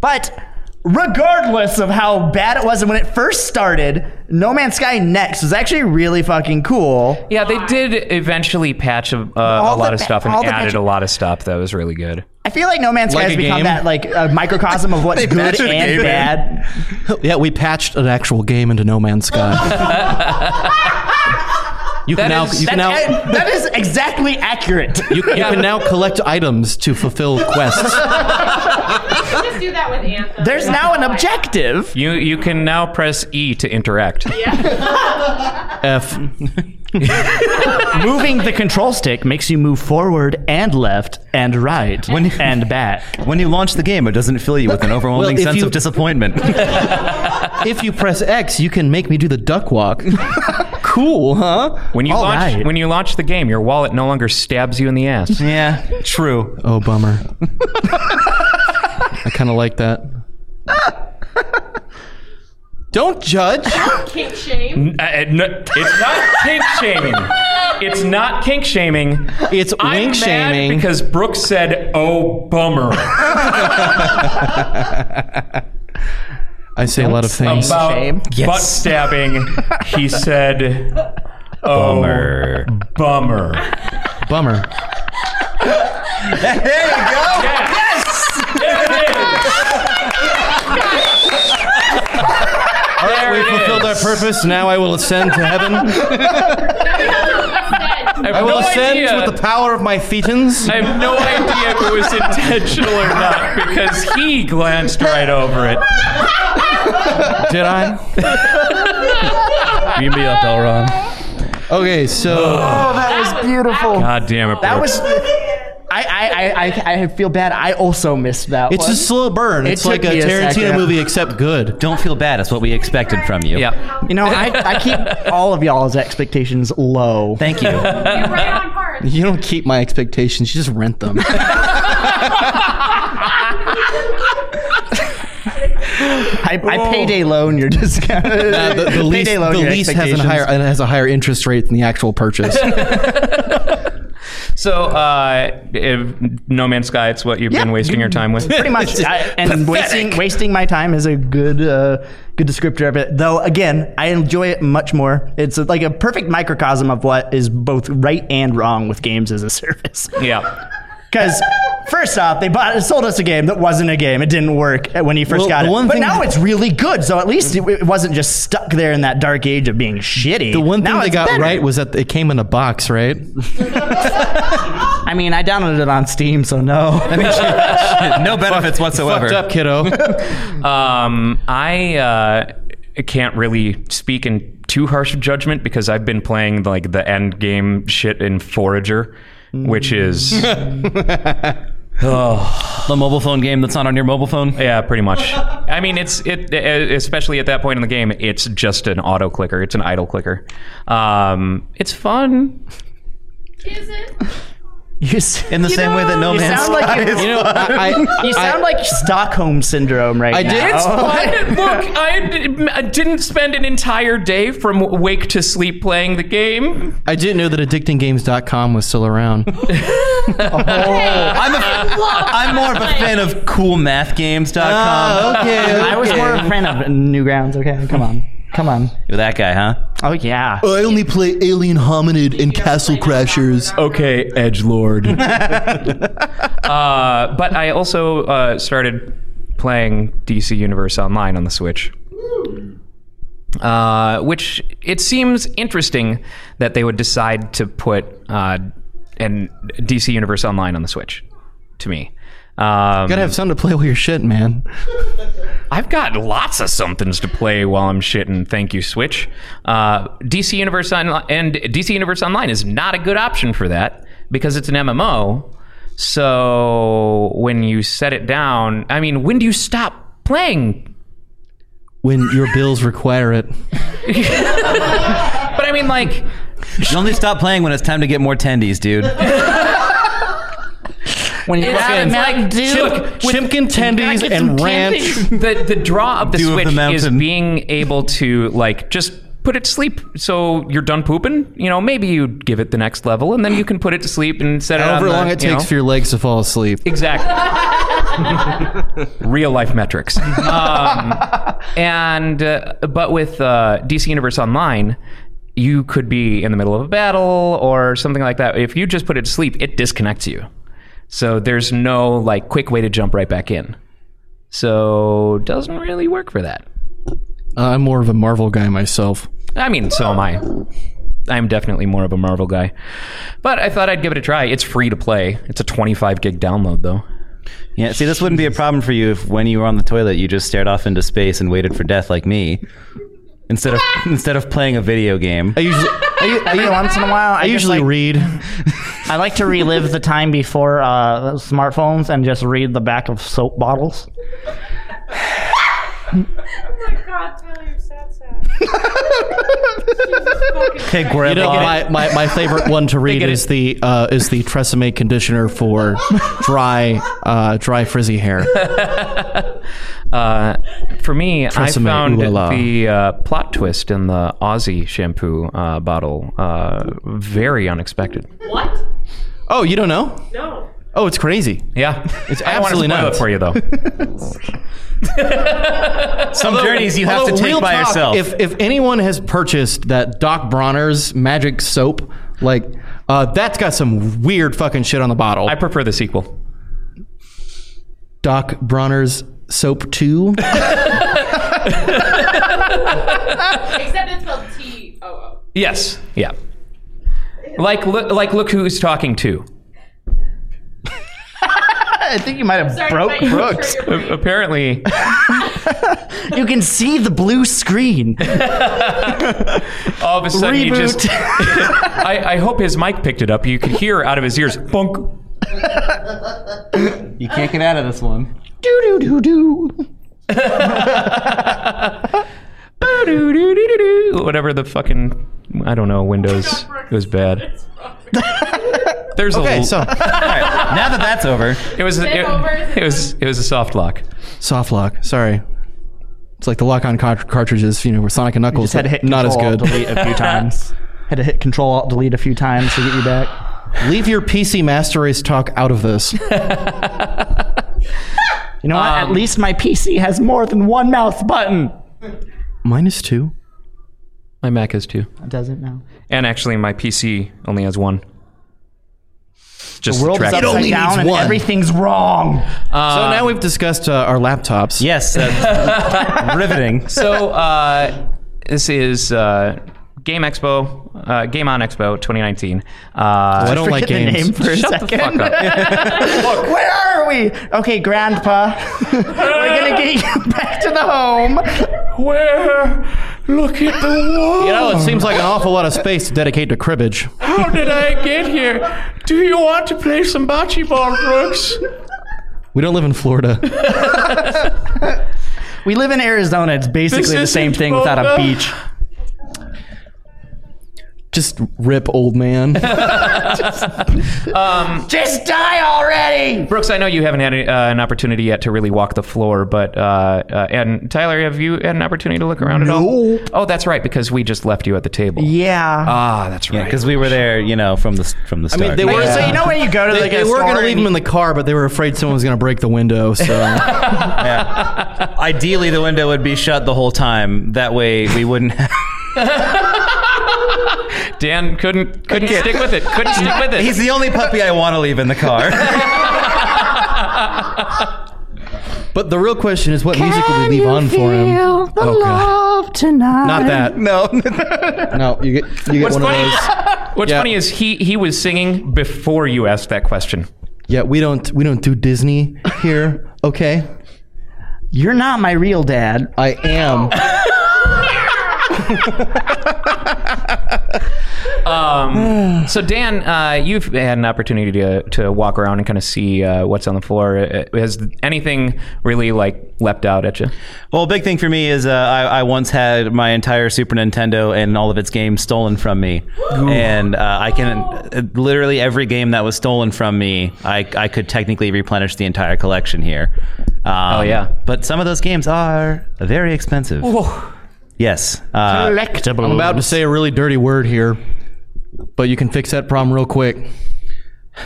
Speaker 6: But regardless of how bad it was and when it first started, No Man's Sky Next was actually really fucking cool.
Speaker 4: Yeah, they did eventually patch a, uh, a
Speaker 6: All
Speaker 4: lot
Speaker 6: the
Speaker 4: of
Speaker 6: pa-
Speaker 4: stuff and
Speaker 6: all the
Speaker 4: added
Speaker 6: patch-
Speaker 4: a lot of stuff that was really good.
Speaker 6: I feel like No Man's
Speaker 7: Like
Speaker 6: Sky
Speaker 7: a
Speaker 6: has become
Speaker 7: game.
Speaker 6: that like a microcosm of what's good
Speaker 5: patched a
Speaker 6: and
Speaker 5: game in.
Speaker 6: bad.
Speaker 7: yeah, we patched an actual game into No Man's *laughs* Sky. you
Speaker 4: That
Speaker 7: can now
Speaker 4: is-
Speaker 7: you can now
Speaker 6: That's- that is exactly accurate.
Speaker 7: you, you can now collect items to fulfill quests.
Speaker 1: You just do that with Anthem.
Speaker 6: There's now an objective.
Speaker 4: You you can now press E to interact.
Speaker 7: F.
Speaker 6: Moving the control stick makes you move forward and left and right and back.
Speaker 5: When you launch the game, it doesn't fill you with an overwhelming
Speaker 7: Well, if
Speaker 5: sense
Speaker 7: you- *laughs*
Speaker 5: of disappointment. *laughs*
Speaker 7: If you press X, you can make me do the duck walk. *laughs* cool, huh?
Speaker 4: When you
Speaker 6: All
Speaker 4: launch
Speaker 6: right.
Speaker 4: when you launch the game, your wallet no longer stabs you in the ass. Uh,
Speaker 5: yeah, true.
Speaker 7: Oh, bummer. I kind of like that. Don't judge.
Speaker 1: Kink shame.
Speaker 4: Uh, uh, no, it's not kink shaming. It's not kink shaming.
Speaker 7: It's
Speaker 4: I'm
Speaker 7: wink
Speaker 4: mad
Speaker 7: shaming.
Speaker 4: because Brooks said, "Oh bummer,"
Speaker 7: I say a lot of things.
Speaker 4: about
Speaker 5: Yes.
Speaker 4: butt stabbing. He said, "Oh
Speaker 5: Bummer.
Speaker 4: bummer."
Speaker 7: Bummer.
Speaker 5: There you go.
Speaker 4: There it is.
Speaker 7: All right,
Speaker 4: There
Speaker 7: we
Speaker 4: it
Speaker 7: fulfilled
Speaker 4: is.
Speaker 7: our purpose. Now I will ascend
Speaker 4: *laughs*
Speaker 7: to heaven.
Speaker 4: I have
Speaker 7: I will
Speaker 4: no
Speaker 7: ascend
Speaker 4: idea.
Speaker 7: with the power of my fetins.
Speaker 4: I have no idea if it was intentional or not because he glanced right over it. *laughs*
Speaker 7: Did I?
Speaker 5: You be up, Elron.
Speaker 7: Okay,
Speaker 4: *sighs*
Speaker 7: so *sighs*
Speaker 6: That was beautiful.
Speaker 4: God damn it, Brooks.
Speaker 6: That was. I, I, I, I, I feel bad. I also missed that
Speaker 7: it's
Speaker 6: one.
Speaker 7: a slow burn. It's
Speaker 6: took
Speaker 7: like a
Speaker 6: me a
Speaker 7: Tarantino
Speaker 6: second.
Speaker 7: movie, except good.
Speaker 5: Don't feel bad. It's what we expected from you.
Speaker 4: yeah.
Speaker 6: You know, I, I keep all of y'all's expectations low.
Speaker 7: *laughs*
Speaker 5: Thank you. *laughs*
Speaker 1: You're right on par.
Speaker 7: You don't keep my expectations. You just rent *laughs* them.
Speaker 6: I, I payday loan your *laughs* discount.
Speaker 7: Uh, the, the lease,
Speaker 6: payday loan
Speaker 7: the
Speaker 6: your
Speaker 7: lease has, an
Speaker 6: expectations.
Speaker 7: higher, it has a higher interest rate than the actual *laughs* purchase.
Speaker 4: So, uh, if No Man's Sky, it's what you've been wasting your time with.
Speaker 6: Pretty much, I, and wasting wasting my time is a good uh, good descriptor of it. Though again, I enjoy it much more. It's like a perfect microcosm of what is both right and wrong with games as a service.
Speaker 4: Yeah.
Speaker 6: Because first off, they bought sold us a game that wasn't a game. It didn't work when he first
Speaker 7: Well,
Speaker 6: got
Speaker 7: the
Speaker 6: it.
Speaker 7: one
Speaker 6: but
Speaker 7: thing-
Speaker 6: now it's really good. So at least it, it wasn't just stuck there in that dark age of being shitty.
Speaker 7: The one thing
Speaker 6: now
Speaker 7: they
Speaker 6: it's
Speaker 7: got
Speaker 6: better.
Speaker 7: right was that it came in a box, right?
Speaker 6: I mean, I downloaded it on Steam, so
Speaker 7: *laughs*
Speaker 6: no.
Speaker 5: *laughs* no benefits whatsoever.
Speaker 7: Fucked up, kiddo.
Speaker 4: Um, I uh, can't really speak in too harsh of judgment because I've been playing like the end game shit in Forager, which is
Speaker 5: The mobile phone game that's not on your mobile phone.
Speaker 4: yeah, pretty much. I mean, it's it especially at that point in the game, it's just an auto clicker. It's an idle clicker. Um, it's fun.
Speaker 1: Is it?
Speaker 6: you s-
Speaker 5: In the same way that No
Speaker 6: you
Speaker 5: Man's
Speaker 6: sound like you,
Speaker 7: You know, *laughs* I, I,
Speaker 6: *laughs* you sound like Stockholm syndrome right
Speaker 7: I
Speaker 6: now.
Speaker 7: did.
Speaker 4: It's fun. Look, I d- I didn't spend an entire day from wake to sleep playing the game.
Speaker 7: I didn't know that addictinggames.com was still *laughs* around. Oh.
Speaker 5: I'm, a, I'm more of a fan of
Speaker 7: Ah.
Speaker 5: coolmathgames.com.
Speaker 7: okay.
Speaker 6: I was more a fan of Newgrounds. Okay, come on, come on.
Speaker 5: You're that guy, huh?
Speaker 6: Oh yeah.
Speaker 7: I only play Alien Hominid and Castle Crashers.
Speaker 4: Okay, Edge Lord. uh, but I also uh, started playing DC Universe Online on the Switch.
Speaker 7: Hmm.
Speaker 4: Uh, which it seems interesting that they would decide to put uh, an DC Universe Online on the Switch. To me, um,
Speaker 7: *laughs* Gotta have something to play with your shit, man.
Speaker 4: I've got lots of somethings to play while I'm shitting. Thank you, Switch. Uh, DC Universe Online and DC Universe Online is not a good option for that because it's an MMO. So when you set it down, I mean, when do you stop playing?
Speaker 7: When your bills require it.
Speaker 4: But I mean, like,
Speaker 5: You only stop playing when it's time to get more
Speaker 7: *laughs*
Speaker 5: tendies, dude.
Speaker 6: When you
Speaker 4: it's, it's like look,
Speaker 7: Chimkin tendies
Speaker 4: Get some
Speaker 7: and ranch.
Speaker 4: candy. The the draw of the
Speaker 5: Dew of the
Speaker 4: switch is
Speaker 5: mountain.
Speaker 4: being able to like just put it to sleep. So you're done pooping. You know, maybe you give it the next level, and then you can put it to sleep and set it.
Speaker 7: However
Speaker 4: on the,
Speaker 7: long it
Speaker 4: you
Speaker 7: takes
Speaker 4: know.
Speaker 7: for your legs to fall asleep. Uh,
Speaker 4: Exactly. *laughs* Real life metrics. Um, and uh, but with uh, DC Universe Online, you could be in the middle of a battle or something like that. If you just put it to sleep, it disconnects you. So there's no like quick way to jump right back in. So doesn't really work for that.
Speaker 7: Uh, I'm more of a Marvel guy myself.
Speaker 4: I mean, so am I. I'm definitely more of a Marvel guy. But I thought I'd give it a try. It's free to play. It's a 25 gig download though.
Speaker 5: Yeah, see, this wouldn't be a problem for you if when you were on the toilet, you just stared off into space and waited for death like me. instead of *laughs* instead of playing a video game.
Speaker 7: I usually, I,
Speaker 6: Every once in a while, *laughs* I,
Speaker 7: I
Speaker 6: just
Speaker 7: usually
Speaker 6: like,
Speaker 7: read.
Speaker 6: I like to relive the time before uh, smartphones and just read the back of soap bottles.
Speaker 1: Oh my god, Tyler, you're sad,
Speaker 7: *laughs*
Speaker 1: sad. Jesus fucking
Speaker 5: Okay,
Speaker 1: Christ.
Speaker 5: Grandma.
Speaker 7: You know, my, my, my favorite one to read
Speaker 4: get
Speaker 7: is
Speaker 4: it.
Speaker 7: the uh, is the Tresemme conditioner for dry uh, dry frizzy hair.
Speaker 4: Uh, for me, I
Speaker 7: Tresemme,
Speaker 4: found
Speaker 7: ooh la la.
Speaker 4: the uh, plot twist in the Aussie shampoo uh, bottle uh, very unexpected.
Speaker 1: What?
Speaker 7: Oh, you don't know?
Speaker 1: No.
Speaker 7: Oh, it's crazy.
Speaker 4: *laughs* Yeah, it's
Speaker 7: absolutely
Speaker 4: I don't
Speaker 7: nuts.
Speaker 4: want to spoil *laughs* it for you though.
Speaker 5: Some journeys you have to
Speaker 7: Although,
Speaker 5: take
Speaker 7: Oh, real
Speaker 5: by
Speaker 7: talk,
Speaker 5: yourself.
Speaker 7: If if anyone has purchased that Doc Bronner's magic soap, like uh, that's got some weird fucking shit on the bottle.
Speaker 4: I prefer the sequel.
Speaker 7: Doc Bronner's soap two.
Speaker 1: Except it's spelled T O
Speaker 7: *laughs*
Speaker 1: O.
Speaker 4: Yes. Yeah. Like, look, like, look who's talking to.
Speaker 6: *laughs* I think you might have
Speaker 1: Sorry,
Speaker 6: broke
Speaker 1: but you
Speaker 6: Brooks.
Speaker 1: triggered me.
Speaker 4: Apparently,
Speaker 6: You can see the blue
Speaker 7: *laughs*
Speaker 6: screen.
Speaker 4: all of a sudden, you
Speaker 6: *laughs*
Speaker 4: just.
Speaker 6: Reboot.
Speaker 4: I, I hope his mic picked it up. You could hear out of his ears, bunk.
Speaker 5: you can't get out of this one.
Speaker 6: do do do do.
Speaker 4: Boo-doo-doo-doo-doo-doo. *laughs* Whatever the fucking. I don't know, Windows. It was
Speaker 6: *laughs*
Speaker 4: bad.
Speaker 1: It's wrong.
Speaker 4: There's a.
Speaker 7: Okay,
Speaker 4: l-
Speaker 7: so
Speaker 5: All right, now that that's over,
Speaker 4: It was, it,
Speaker 1: Takeovers.
Speaker 4: it was it was a soft lock.
Speaker 7: *laughs* soft lock. Sorry, it's like the lock on cart- cartridges. You know, with Sonic and Knuckles.
Speaker 6: Just had to hit
Speaker 7: but not as
Speaker 6: Control Alt
Speaker 7: good.
Speaker 6: Delete a few *laughs* times. had to hit Control Alt Delete a few times to get you back.
Speaker 7: *laughs* Leave your PC Master Race talk out
Speaker 6: *laughs*
Speaker 7: of this.
Speaker 6: You know what? At
Speaker 4: Um,
Speaker 6: least my PC has more than one mouse button.
Speaker 7: Minus two.
Speaker 4: My Mac has two,
Speaker 6: Does it now?
Speaker 4: and actually my PC only has one. Just the
Speaker 6: World is
Speaker 4: track
Speaker 6: upside
Speaker 7: only needs
Speaker 6: down and
Speaker 7: one.
Speaker 6: everything's wrong.
Speaker 7: so now we've discussed uh, our laptops.
Speaker 5: yes, uh,
Speaker 6: *laughs*
Speaker 5: riveting.
Speaker 4: so uh, this is uh, Game Expo, uh, Game On Expo 2019. Uh,
Speaker 7: I don't like
Speaker 6: Forget the
Speaker 7: games.
Speaker 6: name for a
Speaker 4: shut
Speaker 6: second.
Speaker 4: the fuck up.
Speaker 6: *laughs* Where are we? Okay, Grandpa. *laughs* We're gonna get you back to the home.
Speaker 4: Where? Look at the wall.
Speaker 7: You know, it seems like an awful lot of space to dedicate to cribbage.
Speaker 4: How did I get here? Do you want to play some bocce ball, Brooks?
Speaker 7: We don't live in Florida.
Speaker 6: We live in Arizona. It's basically the same
Speaker 4: isn't
Speaker 6: thing without a
Speaker 4: Boca.
Speaker 6: beach.
Speaker 7: Just rip,
Speaker 6: *laughs*
Speaker 7: old man.
Speaker 6: Just die already.
Speaker 4: Brooks, I know you haven't had uh, an opportunity yet to really walk the floor, but uh, uh, and Tyler, have you had an opportunity to look around at all?
Speaker 6: Nope.
Speaker 4: Oh, that's right, because we just left you at the table.
Speaker 6: Yeah.
Speaker 4: Ah, that's right.
Speaker 5: Because we were there, you know, from the s- from the start.
Speaker 7: mean, they were-
Speaker 6: So you know when you go to
Speaker 7: they
Speaker 6: like
Speaker 7: they
Speaker 6: a
Speaker 7: were
Speaker 6: store
Speaker 7: going to leave
Speaker 6: and-
Speaker 7: him in the car, but they were afraid someone was going to break the window.
Speaker 6: *laughs*
Speaker 7: So
Speaker 5: Yeah. Ideally, the window would be shut the whole time. That way, we wouldn't. *laughs* Have,
Speaker 4: Dan couldn't couldn't stick with it. *laughs* Couldn't stick with it.
Speaker 5: he's the only puppy I want to leave in the car. *laughs*
Speaker 7: but the real question is, what music would we leave on for him? oh God, not that.
Speaker 5: no,
Speaker 7: No, you get you get
Speaker 4: What's
Speaker 7: one
Speaker 4: funny-
Speaker 7: of those.
Speaker 4: What's
Speaker 7: Yeah.
Speaker 4: funny is he he was singing before you asked that question.
Speaker 7: Yeah, we don't we don't do Disney here. Okay,
Speaker 6: You're not my real dad.
Speaker 7: I am.
Speaker 4: Um, so Dan, uh, you've had an opportunity to to walk around and kind of see uh, what's on the floor. Uh, Has anything really like leapt out at you?
Speaker 5: Well, big thing for me is uh, I, I once had my entire Super Nintendo and all of its games stolen from me, and uh, I can uh, literally every game that was stolen from me, I, I could technically replenish the entire collection here. Um, oh
Speaker 4: yeah.
Speaker 5: but some of those games are very expensive. Yes, uh,
Speaker 6: Collectible.
Speaker 7: I'm about to say a really dirty word here, but you can fix that problem real quick.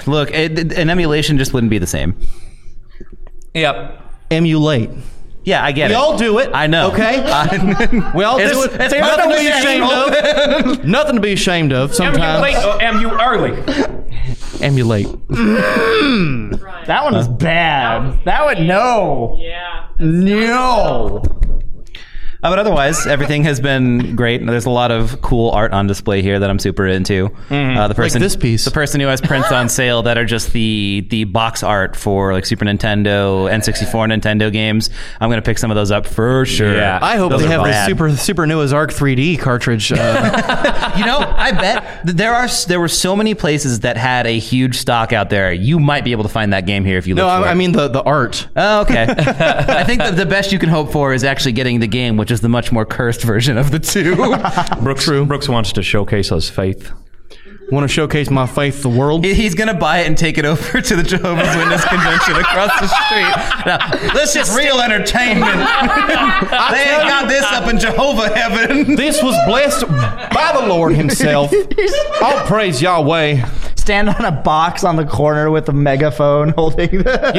Speaker 5: look, it, an emulation just wouldn't be the same.
Speaker 4: Yep.
Speaker 7: Emulate.
Speaker 5: Yeah, I get
Speaker 7: We
Speaker 5: it.
Speaker 7: all do it.
Speaker 5: I know. *laughs*
Speaker 7: Okay.
Speaker 5: I-
Speaker 7: We all
Speaker 5: It's-
Speaker 7: do it.
Speaker 5: it's
Speaker 7: nothing to be
Speaker 5: perfectly
Speaker 7: ashamed of. nothing to be ashamed of.
Speaker 4: Emulate,
Speaker 7: Sometimes
Speaker 4: oh, M U early.
Speaker 7: emulate.
Speaker 6: Mm. that one was bad. That one, no,
Speaker 1: Yeah.
Speaker 6: no.
Speaker 5: Uh, but otherwise, everything has been great. There's a lot of cool art on display here that I'm super into. Uh, the person,
Speaker 7: Mm. this piece.
Speaker 5: the person who has prints on sale that are just the the box art for like Super Nintendo, N64, Nintendo games. I'm gonna pick some of those up for sure.
Speaker 4: Yeah.
Speaker 7: I hope
Speaker 5: Those
Speaker 7: they
Speaker 5: are
Speaker 7: have the
Speaker 5: rad.
Speaker 7: Super Super Noah's Arc 3D cartridge.
Speaker 5: *laughs*
Speaker 7: Uh,
Speaker 5: You know, I bet th- there are s- there were so many places that had a huge stock out there. You might be able to find that game here if you look.
Speaker 7: no,
Speaker 5: for
Speaker 7: I,
Speaker 5: it.
Speaker 7: I mean the the art. *laughs*
Speaker 5: Oh, okay. I think the, the best you can hope for is actually getting the game, which is the much more cursed version of the two.
Speaker 7: *laughs*
Speaker 4: Brooks, Brooks wants to showcase his faith.
Speaker 7: Want to showcase my faith, to the world.
Speaker 5: He- He's gonna buy it and take it *laughs* over to the Jehovah's Witness convention across the street. Now, this is real
Speaker 7: *laughs*
Speaker 5: entertainment. they ain't got this up in Jehovah *laughs* heaven.
Speaker 7: This was blessed by the Lord
Speaker 6: *laughs*
Speaker 7: Himself. All praise Yahweh.
Speaker 6: Stand on a box on the corner with a megaphone *laughs* holding the.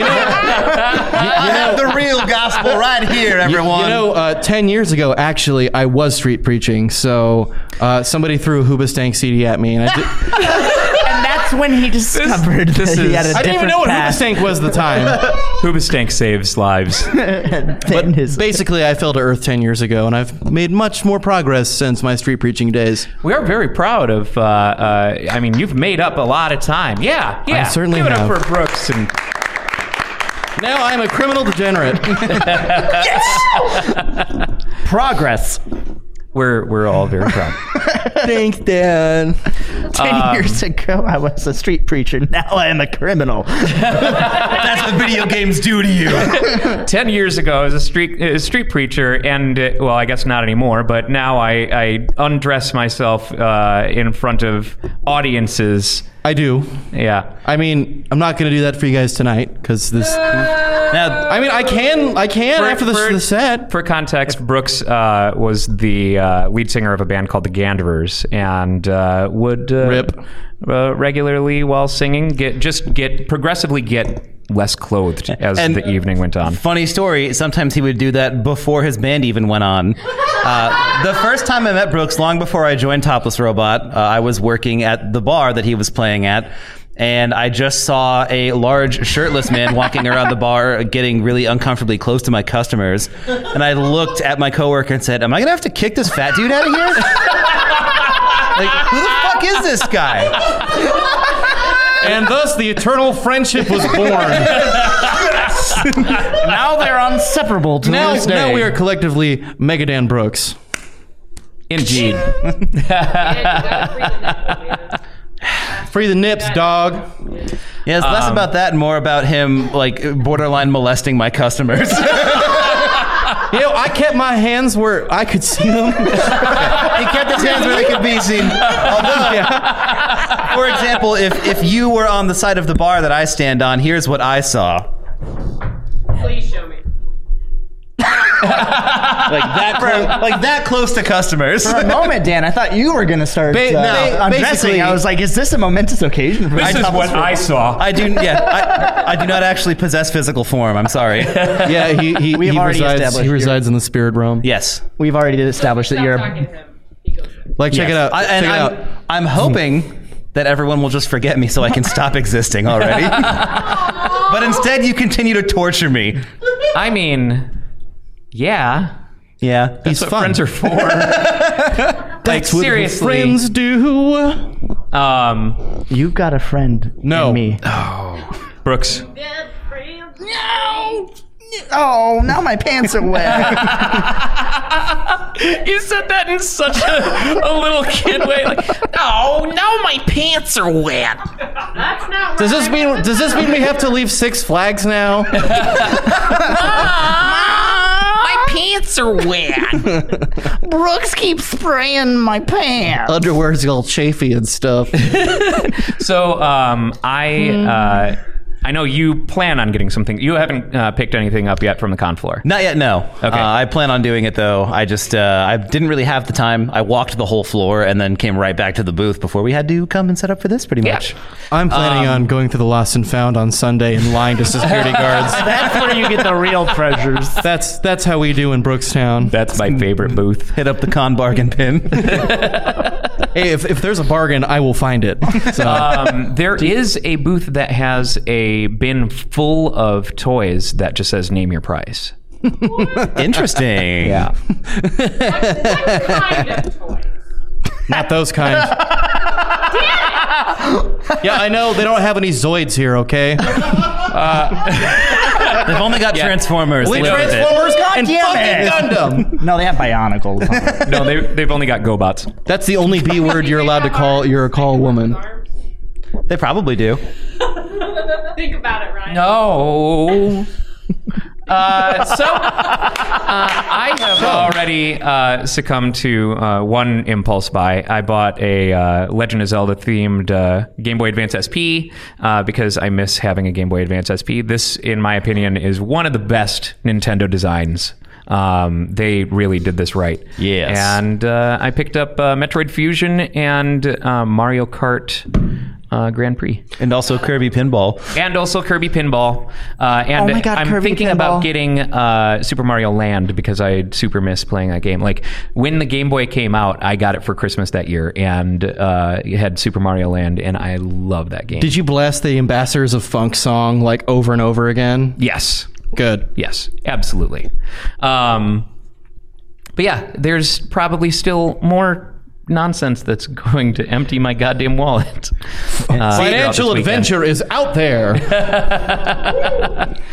Speaker 5: I have the real gospel right here, everyone.
Speaker 7: You know, uh, 10 years ago, actually, I was street preaching. So uh, somebody threw a Hoobastank CD at me. And *laughs* I, did, I
Speaker 6: and that's when he discovered
Speaker 4: this
Speaker 6: that he had a
Speaker 4: is-
Speaker 7: didn't even
Speaker 6: different
Speaker 7: know what
Speaker 6: path
Speaker 7: Hoobastank was at the time.
Speaker 4: Hoobastank saves lives.
Speaker 6: than his-
Speaker 7: Basically, I fell to earth 10 years ago, and I've made much more progress since my street preaching days.
Speaker 4: *laughs* We are very proud of. Uh, uh, I mean, you've made up a lot of time. Yeah, yeah.
Speaker 7: certainly
Speaker 4: Give it
Speaker 7: have.
Speaker 4: up for Brooks and
Speaker 7: Now I'm a criminal
Speaker 5: *laughs*
Speaker 7: degenerate.
Speaker 6: progress.
Speaker 4: we're we're all very
Speaker 7: *laughs*
Speaker 4: proud.
Speaker 7: Thanks, Dad.
Speaker 6: Ten years ago, I was a street preacher. Now I am a criminal.
Speaker 5: That's what video games do to you.
Speaker 7: *laughs*
Speaker 4: Ten years ago, I was a street uh, street preacher, and uh, well, I guess not anymore. But now I, I undress myself uh, in front of audiences.
Speaker 7: *laughs* I do.
Speaker 4: Yeah,
Speaker 7: I mean, I'm not going to do that for you guys tonight because this.
Speaker 5: Now,
Speaker 7: I mean, I can, I can
Speaker 4: For-
Speaker 7: after the,
Speaker 4: for-
Speaker 7: the set.
Speaker 4: For context, Brooks uh, was the uh, lead singer of a band called the Ganderers, and uh, would uh,
Speaker 7: Rip.
Speaker 4: uh, regularly while singing get just get progressively get less clothed as
Speaker 5: And-
Speaker 4: the evening went on.
Speaker 5: Funny story. Sometimes he would do that before his band even went on. Uh, the first time I met Brooks, long before I joined Topless Robot, uh, I was working at the bar that he was playing at. And I just saw a large shirtless man walking around the bar, getting really uncomfortably close to my customers. And I looked at my coworker and said, "Am I gonna have to kick this fat dude out of here? like, who the fuck is this guy?"
Speaker 7: And thus, the eternal friendship was born.
Speaker 6: *laughs* now they're inseparable to
Speaker 7: now,
Speaker 6: this day.
Speaker 7: now we are collectively Megadan Brooks.
Speaker 4: Indeed.
Speaker 7: Free the nips, dog.
Speaker 5: Yeah, it's less about that and more about him like borderline molesting my customers. *laughs*
Speaker 7: You know, I kept my hands where I could see them.
Speaker 5: he kept his hands where they could be seen. Although, for example, if if you were on the side of the bar that I stand on, here's what I saw.
Speaker 1: Please show me.
Speaker 5: *laughs* Like that, clo- like that close to customers.
Speaker 6: For a
Speaker 5: *laughs*
Speaker 6: moment, Dan, I thought you were going to start
Speaker 7: Ba-
Speaker 6: uh,
Speaker 7: no,
Speaker 6: undressing.
Speaker 7: basically-
Speaker 6: I was like, is this a momentous occasion? For
Speaker 4: this is what I saw.
Speaker 5: I do, yeah. I, I do not actually possess physical form.
Speaker 6: *laughs*
Speaker 5: I'm sorry.
Speaker 7: yeah, uh, he he,
Speaker 6: We have
Speaker 7: he
Speaker 6: already
Speaker 7: resides.
Speaker 6: established
Speaker 7: He
Speaker 6: your-
Speaker 7: resides in the spirit realm.
Speaker 5: Yes.
Speaker 6: *laughs* We've already established that
Speaker 1: Stop
Speaker 6: you're.
Speaker 1: talking to him. He goes there.
Speaker 7: Like, check
Speaker 5: Yes.
Speaker 7: it out.
Speaker 5: I, and
Speaker 7: check
Speaker 5: I'm,
Speaker 7: it out.
Speaker 5: I'm hoping that everyone will just forget me so I can stop existing
Speaker 6: *laughs*
Speaker 5: already. but instead, you continue to torture me.
Speaker 4: I mean, yeah.
Speaker 5: Yeah.
Speaker 7: He's
Speaker 4: That's what
Speaker 7: fun. *laughs*
Speaker 4: friends are for. like
Speaker 7: What
Speaker 4: seriously.
Speaker 7: friends do.
Speaker 4: Um,
Speaker 6: You've got a friend.
Speaker 7: No.
Speaker 6: In me.
Speaker 4: Brooks.
Speaker 1: Dead friend.
Speaker 6: Oh, now my pants are wet.
Speaker 4: You said that in such a, a little kid way. Like, oh, now my pants are wet.
Speaker 1: That's not
Speaker 7: Does
Speaker 1: right.
Speaker 7: this mean does this mean we have to leave Six Flags
Speaker 6: *laughs*
Speaker 5: *laughs*
Speaker 7: now?
Speaker 4: My pants are wet.
Speaker 6: Brooks keeps spraying my pants.
Speaker 7: Underwear's all chafy and stuff.
Speaker 4: so, um, I. Uh, I know you plan on getting something. You haven't uh, picked anything up yet from the con floor.
Speaker 5: Not yet, no.
Speaker 4: Okay.
Speaker 5: Uh, I plan on doing it though. I just uh, I didn't really have the time. I walked the whole floor and then came right back to the booth before we had to come and set up for this pretty much.
Speaker 7: I'm planning
Speaker 6: Um,
Speaker 7: on going through the lost and found on Sunday and lying
Speaker 6: *laughs*
Speaker 7: to security guards.
Speaker 6: That's where you get the real
Speaker 7: *laughs*
Speaker 6: treasures.
Speaker 7: That's that's how we do in Brookstown.
Speaker 4: That's my favorite booth.
Speaker 5: Hit up the con bargain pin.
Speaker 7: Hey, if, if there's a bargain, I will find it. So,
Speaker 4: *laughs* Um, there is a booth that has a bin full of toys that just says "Name Your Price."
Speaker 5: *laughs* Interesting.
Speaker 7: Yeah.
Speaker 1: What kind of toys?
Speaker 7: Not
Speaker 4: *laughs*
Speaker 7: those kinds. yeah, I know. They don't have any Zoids
Speaker 4: *laughs*
Speaker 7: here, okay?
Speaker 5: They've only got Transformers.
Speaker 7: We
Speaker 5: Live with it.
Speaker 7: Transformers
Speaker 6: God
Speaker 7: and
Speaker 6: damn
Speaker 7: fucking Gundam.
Speaker 6: No, they have Bionicles.
Speaker 4: No, they, they've only got GoBots.
Speaker 7: That's the only B word you're allowed to call. You're a call woman.
Speaker 5: They probably do.
Speaker 1: Think about it, Ryan.
Speaker 4: No. *laughs* Uh, so uh, I have already uh, succumbed to uh, one impulse buy. I bought a uh, Legend of Zelda themed uh, Game Boy Advance SP uh, because I miss having a Game Boy Advance SP. This, in my opinion, is one of the best Nintendo designs. Um, they really did this right.
Speaker 5: Yes.
Speaker 4: And uh, I picked up uh, Metroid Fusion and uh, Mario Kart uh, Grand Prix
Speaker 5: And also Kirby Pinball.
Speaker 4: and also Kirby Pinball. Uh, and
Speaker 6: Oh my God,
Speaker 4: I'm
Speaker 6: Kirby
Speaker 4: thinking
Speaker 6: Pinball.
Speaker 4: about getting uh, Super Mario Land because I super miss playing that game. Like when the Game Boy came out, I got it for Christmas that year, and uh, it had Super Mario Land, and I love that game.
Speaker 7: Did you blast the Ambassadors of Funk song like over and over again?
Speaker 4: yes,
Speaker 7: Good.
Speaker 4: yes, absolutely. Um, but yeah, there's probably still more nonsense that's *laughs* going to empty my goddamn
Speaker 7: *laughs*
Speaker 4: wallet. Uh,
Speaker 7: Financial
Speaker 4: throughout this weekend.
Speaker 7: adventure is out there.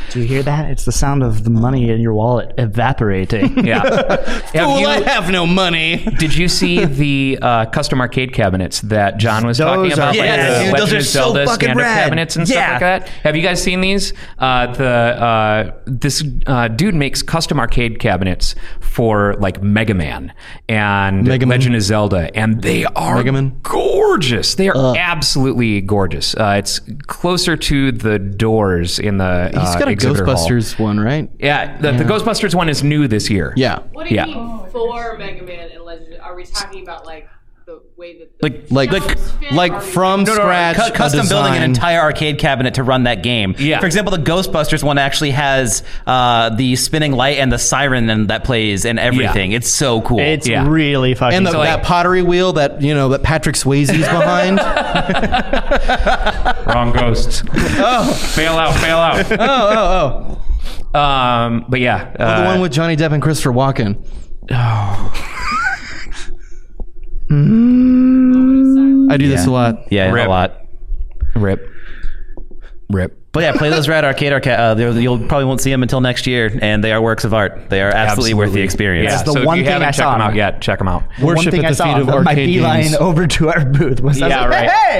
Speaker 6: Do you hear that? It's the sound of the money in your wallet *laughs* evaporating.
Speaker 4: Yeah. Have
Speaker 7: Fool,
Speaker 4: you-
Speaker 7: I have no money.
Speaker 4: Did you see the uh, custom arcade cabinets that John was talking
Speaker 6: Those
Speaker 4: about?
Speaker 6: are
Speaker 4: like
Speaker 6: rad.
Speaker 4: the
Speaker 6: Dude,
Speaker 4: Legend
Speaker 6: those are
Speaker 4: of
Speaker 6: so
Speaker 4: Zelda
Speaker 6: fucking
Speaker 4: stand-up
Speaker 6: rad.
Speaker 4: cabinets and stuff
Speaker 6: Yeah.
Speaker 4: like that. Have you guys seen these? Uh, the uh, this uh, dude makes custom arcade cabinets for like Mega Man and
Speaker 7: Mega Man.
Speaker 4: Legend of Zelda, and they are
Speaker 7: Mega Man?
Speaker 4: gorgeous. They are absolutely gorgeous. Uh, it's closer to the doors in the.
Speaker 7: He's
Speaker 4: uh,
Speaker 7: got a
Speaker 4: exhibitor hall.
Speaker 7: Ghostbusters one, right?
Speaker 4: Yeah, the, the Ghostbusters one is new this year.
Speaker 7: Yeah.
Speaker 1: What do you
Speaker 4: Yeah.
Speaker 1: mean for Mega Man and Legend? Are we talking about like the way that the
Speaker 7: Like,
Speaker 5: Like,
Speaker 7: like,
Speaker 1: shells fit? Are
Speaker 7: like
Speaker 1: we-
Speaker 7: from scratch.
Speaker 5: Cu-
Speaker 7: a
Speaker 5: custom building an
Speaker 7: design.
Speaker 5: entire arcade cabinet to run that game.
Speaker 4: Yeah.
Speaker 5: For example, the Ghostbusters one actually has uh, the spinning light and the siren and that plays and everything. It's so cool.
Speaker 6: it's
Speaker 4: Yeah.
Speaker 6: really fucking.
Speaker 7: And the,
Speaker 4: So, like-
Speaker 7: that pottery wheel that you know that Patrick Swayze's behind. oh,
Speaker 4: Wrong
Speaker 6: *laughs*
Speaker 4: ghosts.
Speaker 6: Oh.
Speaker 4: Fail out, fail out.
Speaker 7: oh, oh!
Speaker 4: Um, but yeah, uh,
Speaker 7: the one with Johnny Depp and Christopher Walken. *laughs* I do this a lot.
Speaker 5: yeah,
Speaker 4: Rip.
Speaker 5: a lot.
Speaker 4: uh, rip, rip.
Speaker 5: But yeah, play those Rad Arcade Arcade. Uh, they're- you'll probably won't see them until next year, and they are works of art. They are absolutely, worth the
Speaker 4: Absolutely.
Speaker 5: experience.
Speaker 4: Yeah,
Speaker 6: the
Speaker 4: so
Speaker 6: one
Speaker 4: if you
Speaker 6: thing
Speaker 4: haven't
Speaker 6: I
Speaker 4: checked
Speaker 6: saw.
Speaker 4: them out yet. Check them out.
Speaker 6: One
Speaker 7: Worship
Speaker 6: thing
Speaker 7: at
Speaker 6: I
Speaker 7: the
Speaker 6: saw
Speaker 7: feet of
Speaker 6: on my
Speaker 7: arcade
Speaker 6: beeline
Speaker 7: games.
Speaker 6: over to our booth was I was
Speaker 4: Yeah,
Speaker 6: like,
Speaker 4: right.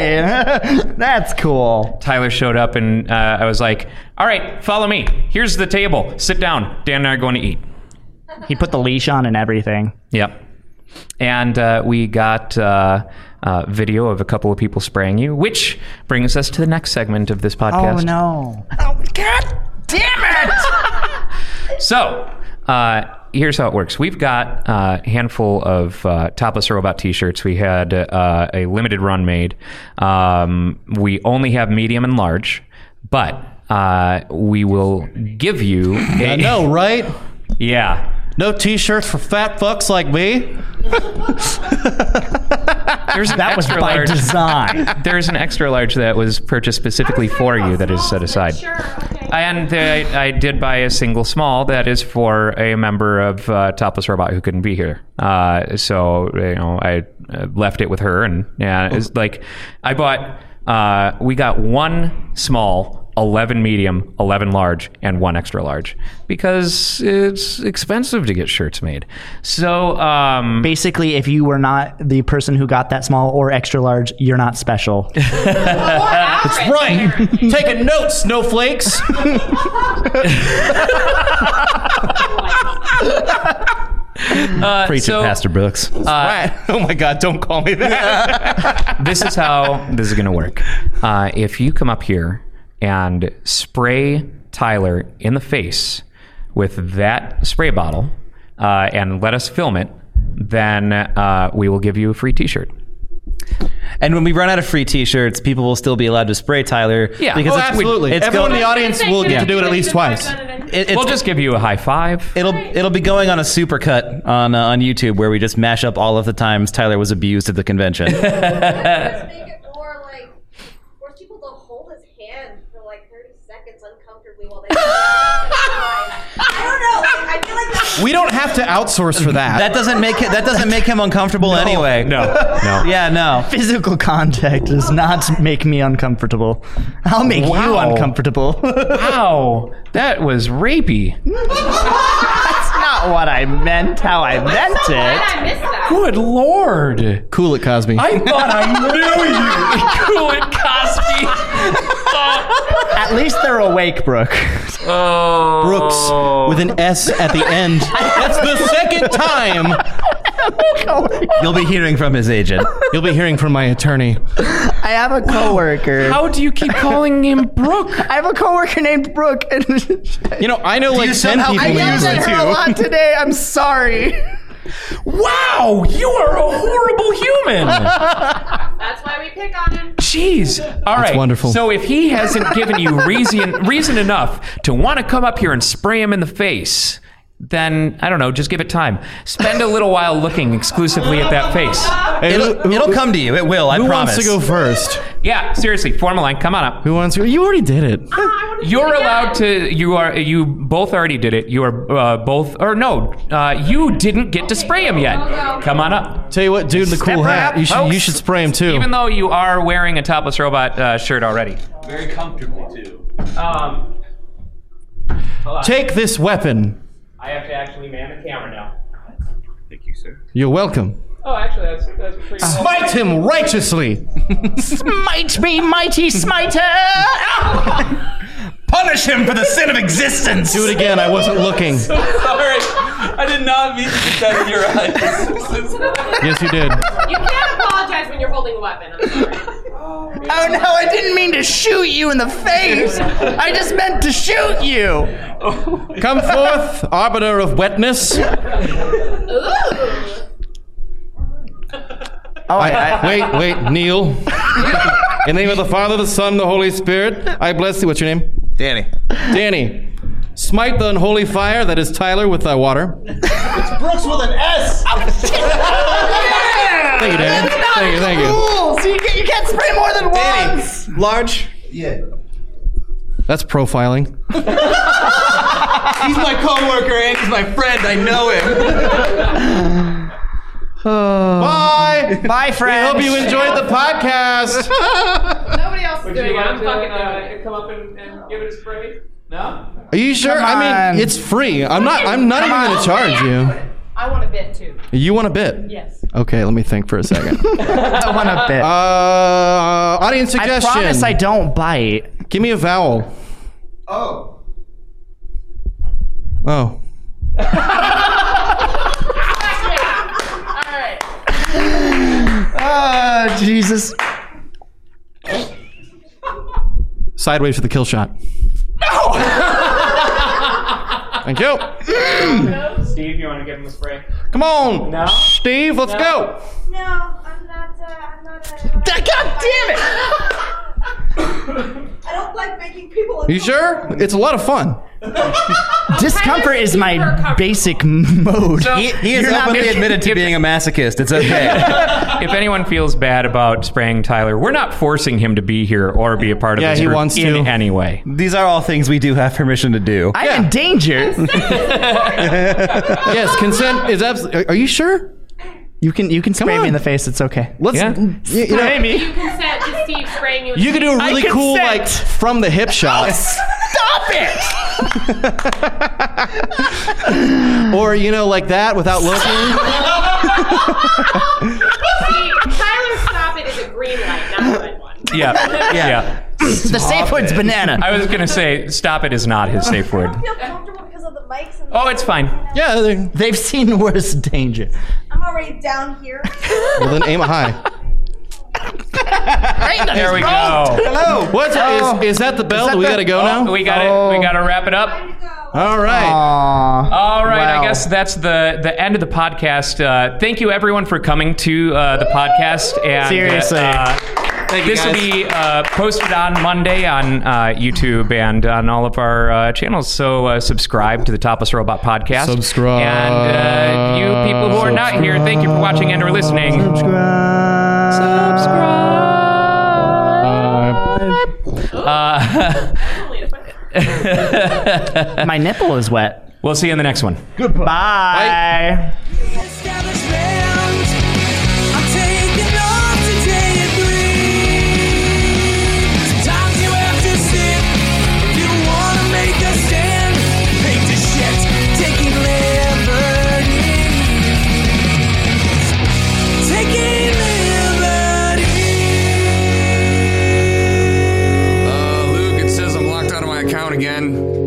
Speaker 6: hey, *laughs* that's cool.
Speaker 4: Tyler showed up, and uh, I was like, "All right, follow me. Here's the table. Sit down. Dan and I are going to eat."
Speaker 6: He put the leash on and everything.
Speaker 4: Yep. And uh, we got uh, uh, video of a couple of people spraying you, which brings us to the next segment of this podcast.
Speaker 6: Oh no!
Speaker 4: So uh, here's how it works. We've got uh, a handful of uh, topless robot T-shirts. We had uh, a limited run made. Um, we only have medium and large, but uh, we will give you. A,
Speaker 7: I know, right?
Speaker 4: *laughs* Yeah.
Speaker 7: No t-shirts for fat fucks like me.
Speaker 4: There's an
Speaker 6: That was
Speaker 4: extra
Speaker 6: by
Speaker 4: large.
Speaker 6: design.
Speaker 4: There's an extra large that was purchased specifically for you that is set aside.
Speaker 1: Sure. Okay.
Speaker 4: And uh, I did buy a single small that is for a member of uh, Topless Robot who couldn't be here. Uh, so you know, I uh, left it with her, and yeah, it's like I bought. Uh, we got one small, eleven medium, eleven large, and one extra large because it's expensive to get shirts made. So um,
Speaker 6: *laughs* Basically, if you were not the person who got that small or extra large, you're not *laughs* special.
Speaker 1: That's
Speaker 7: Right. Taking notes,
Speaker 5: *laughs*
Speaker 7: snowflakes.
Speaker 5: Uh, Preach
Speaker 4: so-
Speaker 5: it, Pastor Brooks.
Speaker 7: *laughs* oh my God! Don't call me that.
Speaker 4: this is how *laughs* this is going to work. Uh, if you come up here and spray Tyler in the face with that spray bottle uh, and let us film it, then uh, we will give you a free T-shirt.
Speaker 5: *laughs* and when we run out of free T-shirts, people will still be allowed to spray Tyler.
Speaker 4: Yeah.
Speaker 5: because
Speaker 4: Oh,
Speaker 5: it's-
Speaker 7: absolutely.
Speaker 5: It's
Speaker 7: Everyone
Speaker 5: go-
Speaker 7: in the audience will get to do it at least twice.
Speaker 5: it- it's-
Speaker 4: We'll just give you a high five.
Speaker 5: It'll it'll be going on a supercut on uh, on YouTube where we just mash up all of the times Tyler was abused at
Speaker 7: *laughs*
Speaker 5: the convention.
Speaker 10: Let's make it more like force people to hold his
Speaker 1: *laughs*
Speaker 10: hand for like 30 seconds uncomfortably while they. I don't know.
Speaker 7: We don't have to outsource for that.
Speaker 5: That doesn't make it, that doesn't make him uncomfortable anyway.
Speaker 4: No, no.
Speaker 5: *laughs* Yeah, no.
Speaker 6: Physical contact does not make me uncomfortable. I'll make you
Speaker 4: Wow.
Speaker 6: uncomfortable. *laughs* That's
Speaker 4: Wow, that was rapey.
Speaker 6: not what I meant, how I meant it.
Speaker 1: I missed that.
Speaker 4: Good lord.
Speaker 7: Cool it, Cosby.
Speaker 4: I thought I knew you. Cool it, Cosby.
Speaker 6: At least they're awake, Brooke.
Speaker 4: Oh.
Speaker 7: Brooks with an S at the
Speaker 5: *laughs*
Speaker 7: end. That's the second time
Speaker 5: You'll be hearing from his agent.
Speaker 7: you'll be hearing from my attorney.
Speaker 6: I have a coworker.
Speaker 4: How do you keep calling him Brooke?
Speaker 6: I have a coworker named Brooke, and *laughs*
Speaker 7: You know, I know like 10
Speaker 5: you somehow-
Speaker 7: people
Speaker 5: I
Speaker 6: I
Speaker 7: who
Speaker 6: yelled
Speaker 5: yelled
Speaker 7: use
Speaker 6: at
Speaker 7: it
Speaker 6: her a
Speaker 7: too.
Speaker 6: lot today. I'm sorry.
Speaker 4: *laughs* Wow, you are a horrible *laughs* human.
Speaker 1: That's why we pick on him.
Speaker 4: Jeez. All right.
Speaker 7: wonderful.
Speaker 4: So if he hasn't given you reason reason enough to want to come up here and spray him in the face, then I don't know, just give it time. Spend a little while looking exclusively at that face.
Speaker 7: Hey, who-
Speaker 5: It'll, it'll come to you. It will, I
Speaker 7: Who
Speaker 5: promise.
Speaker 7: wants to go first?
Speaker 4: Yeah, seriously, form a line. Come on up.
Speaker 7: Who wants to? You already did it.
Speaker 1: I wanna do
Speaker 4: You're
Speaker 1: it again.
Speaker 4: allowed to. You are. You both already did it. You are uh, both. Or no, uh, you didn't get to spray him yet. Come on up.
Speaker 7: Tell you what, dude in the cool
Speaker 4: Step right
Speaker 7: hat.
Speaker 4: up,
Speaker 7: you should
Speaker 4: folks.
Speaker 7: you should spray him too.
Speaker 4: Even though you are wearing a topless robot uh, shirt already. Very comfortably too. Um,
Speaker 7: Take this weapon.
Speaker 4: I have to actually man the camera now.
Speaker 7: You're welcome.
Speaker 4: Oh, actually, that's that's pretty.
Speaker 7: Smite him righteously.
Speaker 6: Smite me, mighty smiter!
Speaker 5: Punish him for the sin of existence.
Speaker 7: Do it again. I wasn't looking.
Speaker 11: Sorry, I did not mean to get that in your eyes.
Speaker 7: Yes, you did.
Speaker 1: You can't apologize when you're holding a weapon. I'm sorry.
Speaker 6: Oh no, I didn't mean to shoot *laughs* you in the face. I just meant to shoot you.
Speaker 7: Come forth, arbiter of wetness.
Speaker 6: Oh, I, I,
Speaker 7: Wait, wait, kneel. In the name of the Father, the Son, the Holy Spirit, I bless thee. What's your name?
Speaker 5: Danny.
Speaker 7: Danny. Smite the unholy fire that is Tyler with thy water. It's Brooks with
Speaker 6: Oh,
Speaker 11: *laughs*
Speaker 7: an S. Thank you, Danny. Thank you, thank you.
Speaker 6: cool. So you, can, you can't spray more than once.
Speaker 5: Large.
Speaker 7: That's profiling.
Speaker 11: He's my coworker and he's my friend. I know him.
Speaker 7: *sighs* Bye.
Speaker 6: Bye, friend.
Speaker 7: Hope you enjoyed the
Speaker 6: *laughs*
Speaker 7: podcast.
Speaker 1: Nobody else is doing it. I'm fucking
Speaker 10: Uh,
Speaker 1: doing it.
Speaker 4: come up and, and give it a spray? No.
Speaker 7: Are you sure?
Speaker 6: Come
Speaker 7: I
Speaker 6: on.
Speaker 7: mean, it's free. I'm not. I'm not even going to charge
Speaker 1: I want a bit too.
Speaker 7: you. You want a bit?
Speaker 1: Yes.
Speaker 7: Okay, let me think for
Speaker 6: *laughs*
Speaker 7: a second.
Speaker 6: I want a bit.
Speaker 7: uh, audience
Speaker 6: I
Speaker 7: suggestion.
Speaker 6: promise I don't bite.
Speaker 7: Give me a vowel. Oh. Oh.
Speaker 1: All right.
Speaker 6: Oh, Jesus.
Speaker 7: Sideways for the kill shot. No! *laughs*
Speaker 6: *clears throat*
Speaker 7: Thank you.
Speaker 4: Steve, you want to give him a spray?
Speaker 7: Come on,
Speaker 4: No.
Speaker 7: Steve, let's go.
Speaker 10: *laughs* No, I'm not. Uh, I'm not. Uh,
Speaker 6: God damn it.
Speaker 10: I don't like making people.
Speaker 7: You sure? It's a lot of
Speaker 4: *laughs*
Speaker 7: fun.
Speaker 6: Discomfort is
Speaker 1: Tyler's
Speaker 6: my
Speaker 1: super
Speaker 6: basic *laughs* mode.
Speaker 5: He, he is
Speaker 6: You're not
Speaker 5: openly
Speaker 6: making-
Speaker 5: admitted to being a masochist.
Speaker 7: *laughs*
Speaker 5: It's okay.
Speaker 4: If anyone feels bad about spraying Tyler, we're not forcing him to be here or be a part of
Speaker 7: Yeah,
Speaker 4: this
Speaker 7: he
Speaker 4: group
Speaker 7: wants
Speaker 4: in
Speaker 7: to.
Speaker 4: any
Speaker 7: *laughs*
Speaker 4: way.
Speaker 5: These are all things we do have permission to do.
Speaker 6: I'm in *laughs* danger.
Speaker 7: yes, consent is absolutely. Are, are you sure?
Speaker 6: You can you can spray
Speaker 7: on.
Speaker 6: me in the face. It's okay.
Speaker 7: Let's.
Speaker 4: Yeah.
Speaker 7: y- You, know,
Speaker 6: Spray me.
Speaker 1: You consent to
Speaker 10: *laughs*
Speaker 1: Steve spraying you.
Speaker 7: you could do a really cool, like,
Speaker 6: consent.
Speaker 7: from the hip shot.
Speaker 6: Stop it.
Speaker 7: Or, you know, like that without looking.
Speaker 4: *laughs*
Speaker 1: See, Tyler, stop it is a green light, not a red one.
Speaker 4: Yeah. yeah.
Speaker 6: The safe word's banana.
Speaker 4: I was going to say, stop it is not his safe
Speaker 7: *laughs*
Speaker 4: word.
Speaker 10: I don't feel comfortable because of the mics. And
Speaker 4: Oh, it's fine.
Speaker 7: yeah, there-
Speaker 6: They've seen worse danger.
Speaker 10: I'm already down here. *laughs*
Speaker 7: well, then aim it high.
Speaker 4: There we go.
Speaker 7: Hello. What's
Speaker 4: Oh.
Speaker 7: is, is that the bell? Do we got to go now?
Speaker 4: We got it. We got to wrap it up.
Speaker 7: All right.
Speaker 6: Aww.
Speaker 4: All right,
Speaker 6: Wow.
Speaker 4: I guess that's the the end of the podcast. Uh, thank you everyone for coming to uh, the podcast. And,
Speaker 6: Seriously.
Speaker 4: uh, this will be uh, posted on Monday on uh, YouTube and on all of our uh, channels. So uh, subscribe to the Topless Robot Podcast.
Speaker 7: Subscribe.
Speaker 4: And uh, you people who are not here, thank you for watching and or listening. Uh,
Speaker 1: Only if I-
Speaker 6: My nipple is wet.
Speaker 8: We'll see you in the next one.
Speaker 1: Bye.
Speaker 10: Establishment. I'm taking off today and breathe. Sometimes you have to sit if you wanna make a stand. Take the shit, taking liberties. Taking liberties.
Speaker 7: Uh, Luke, it says I'm locked out of my account again.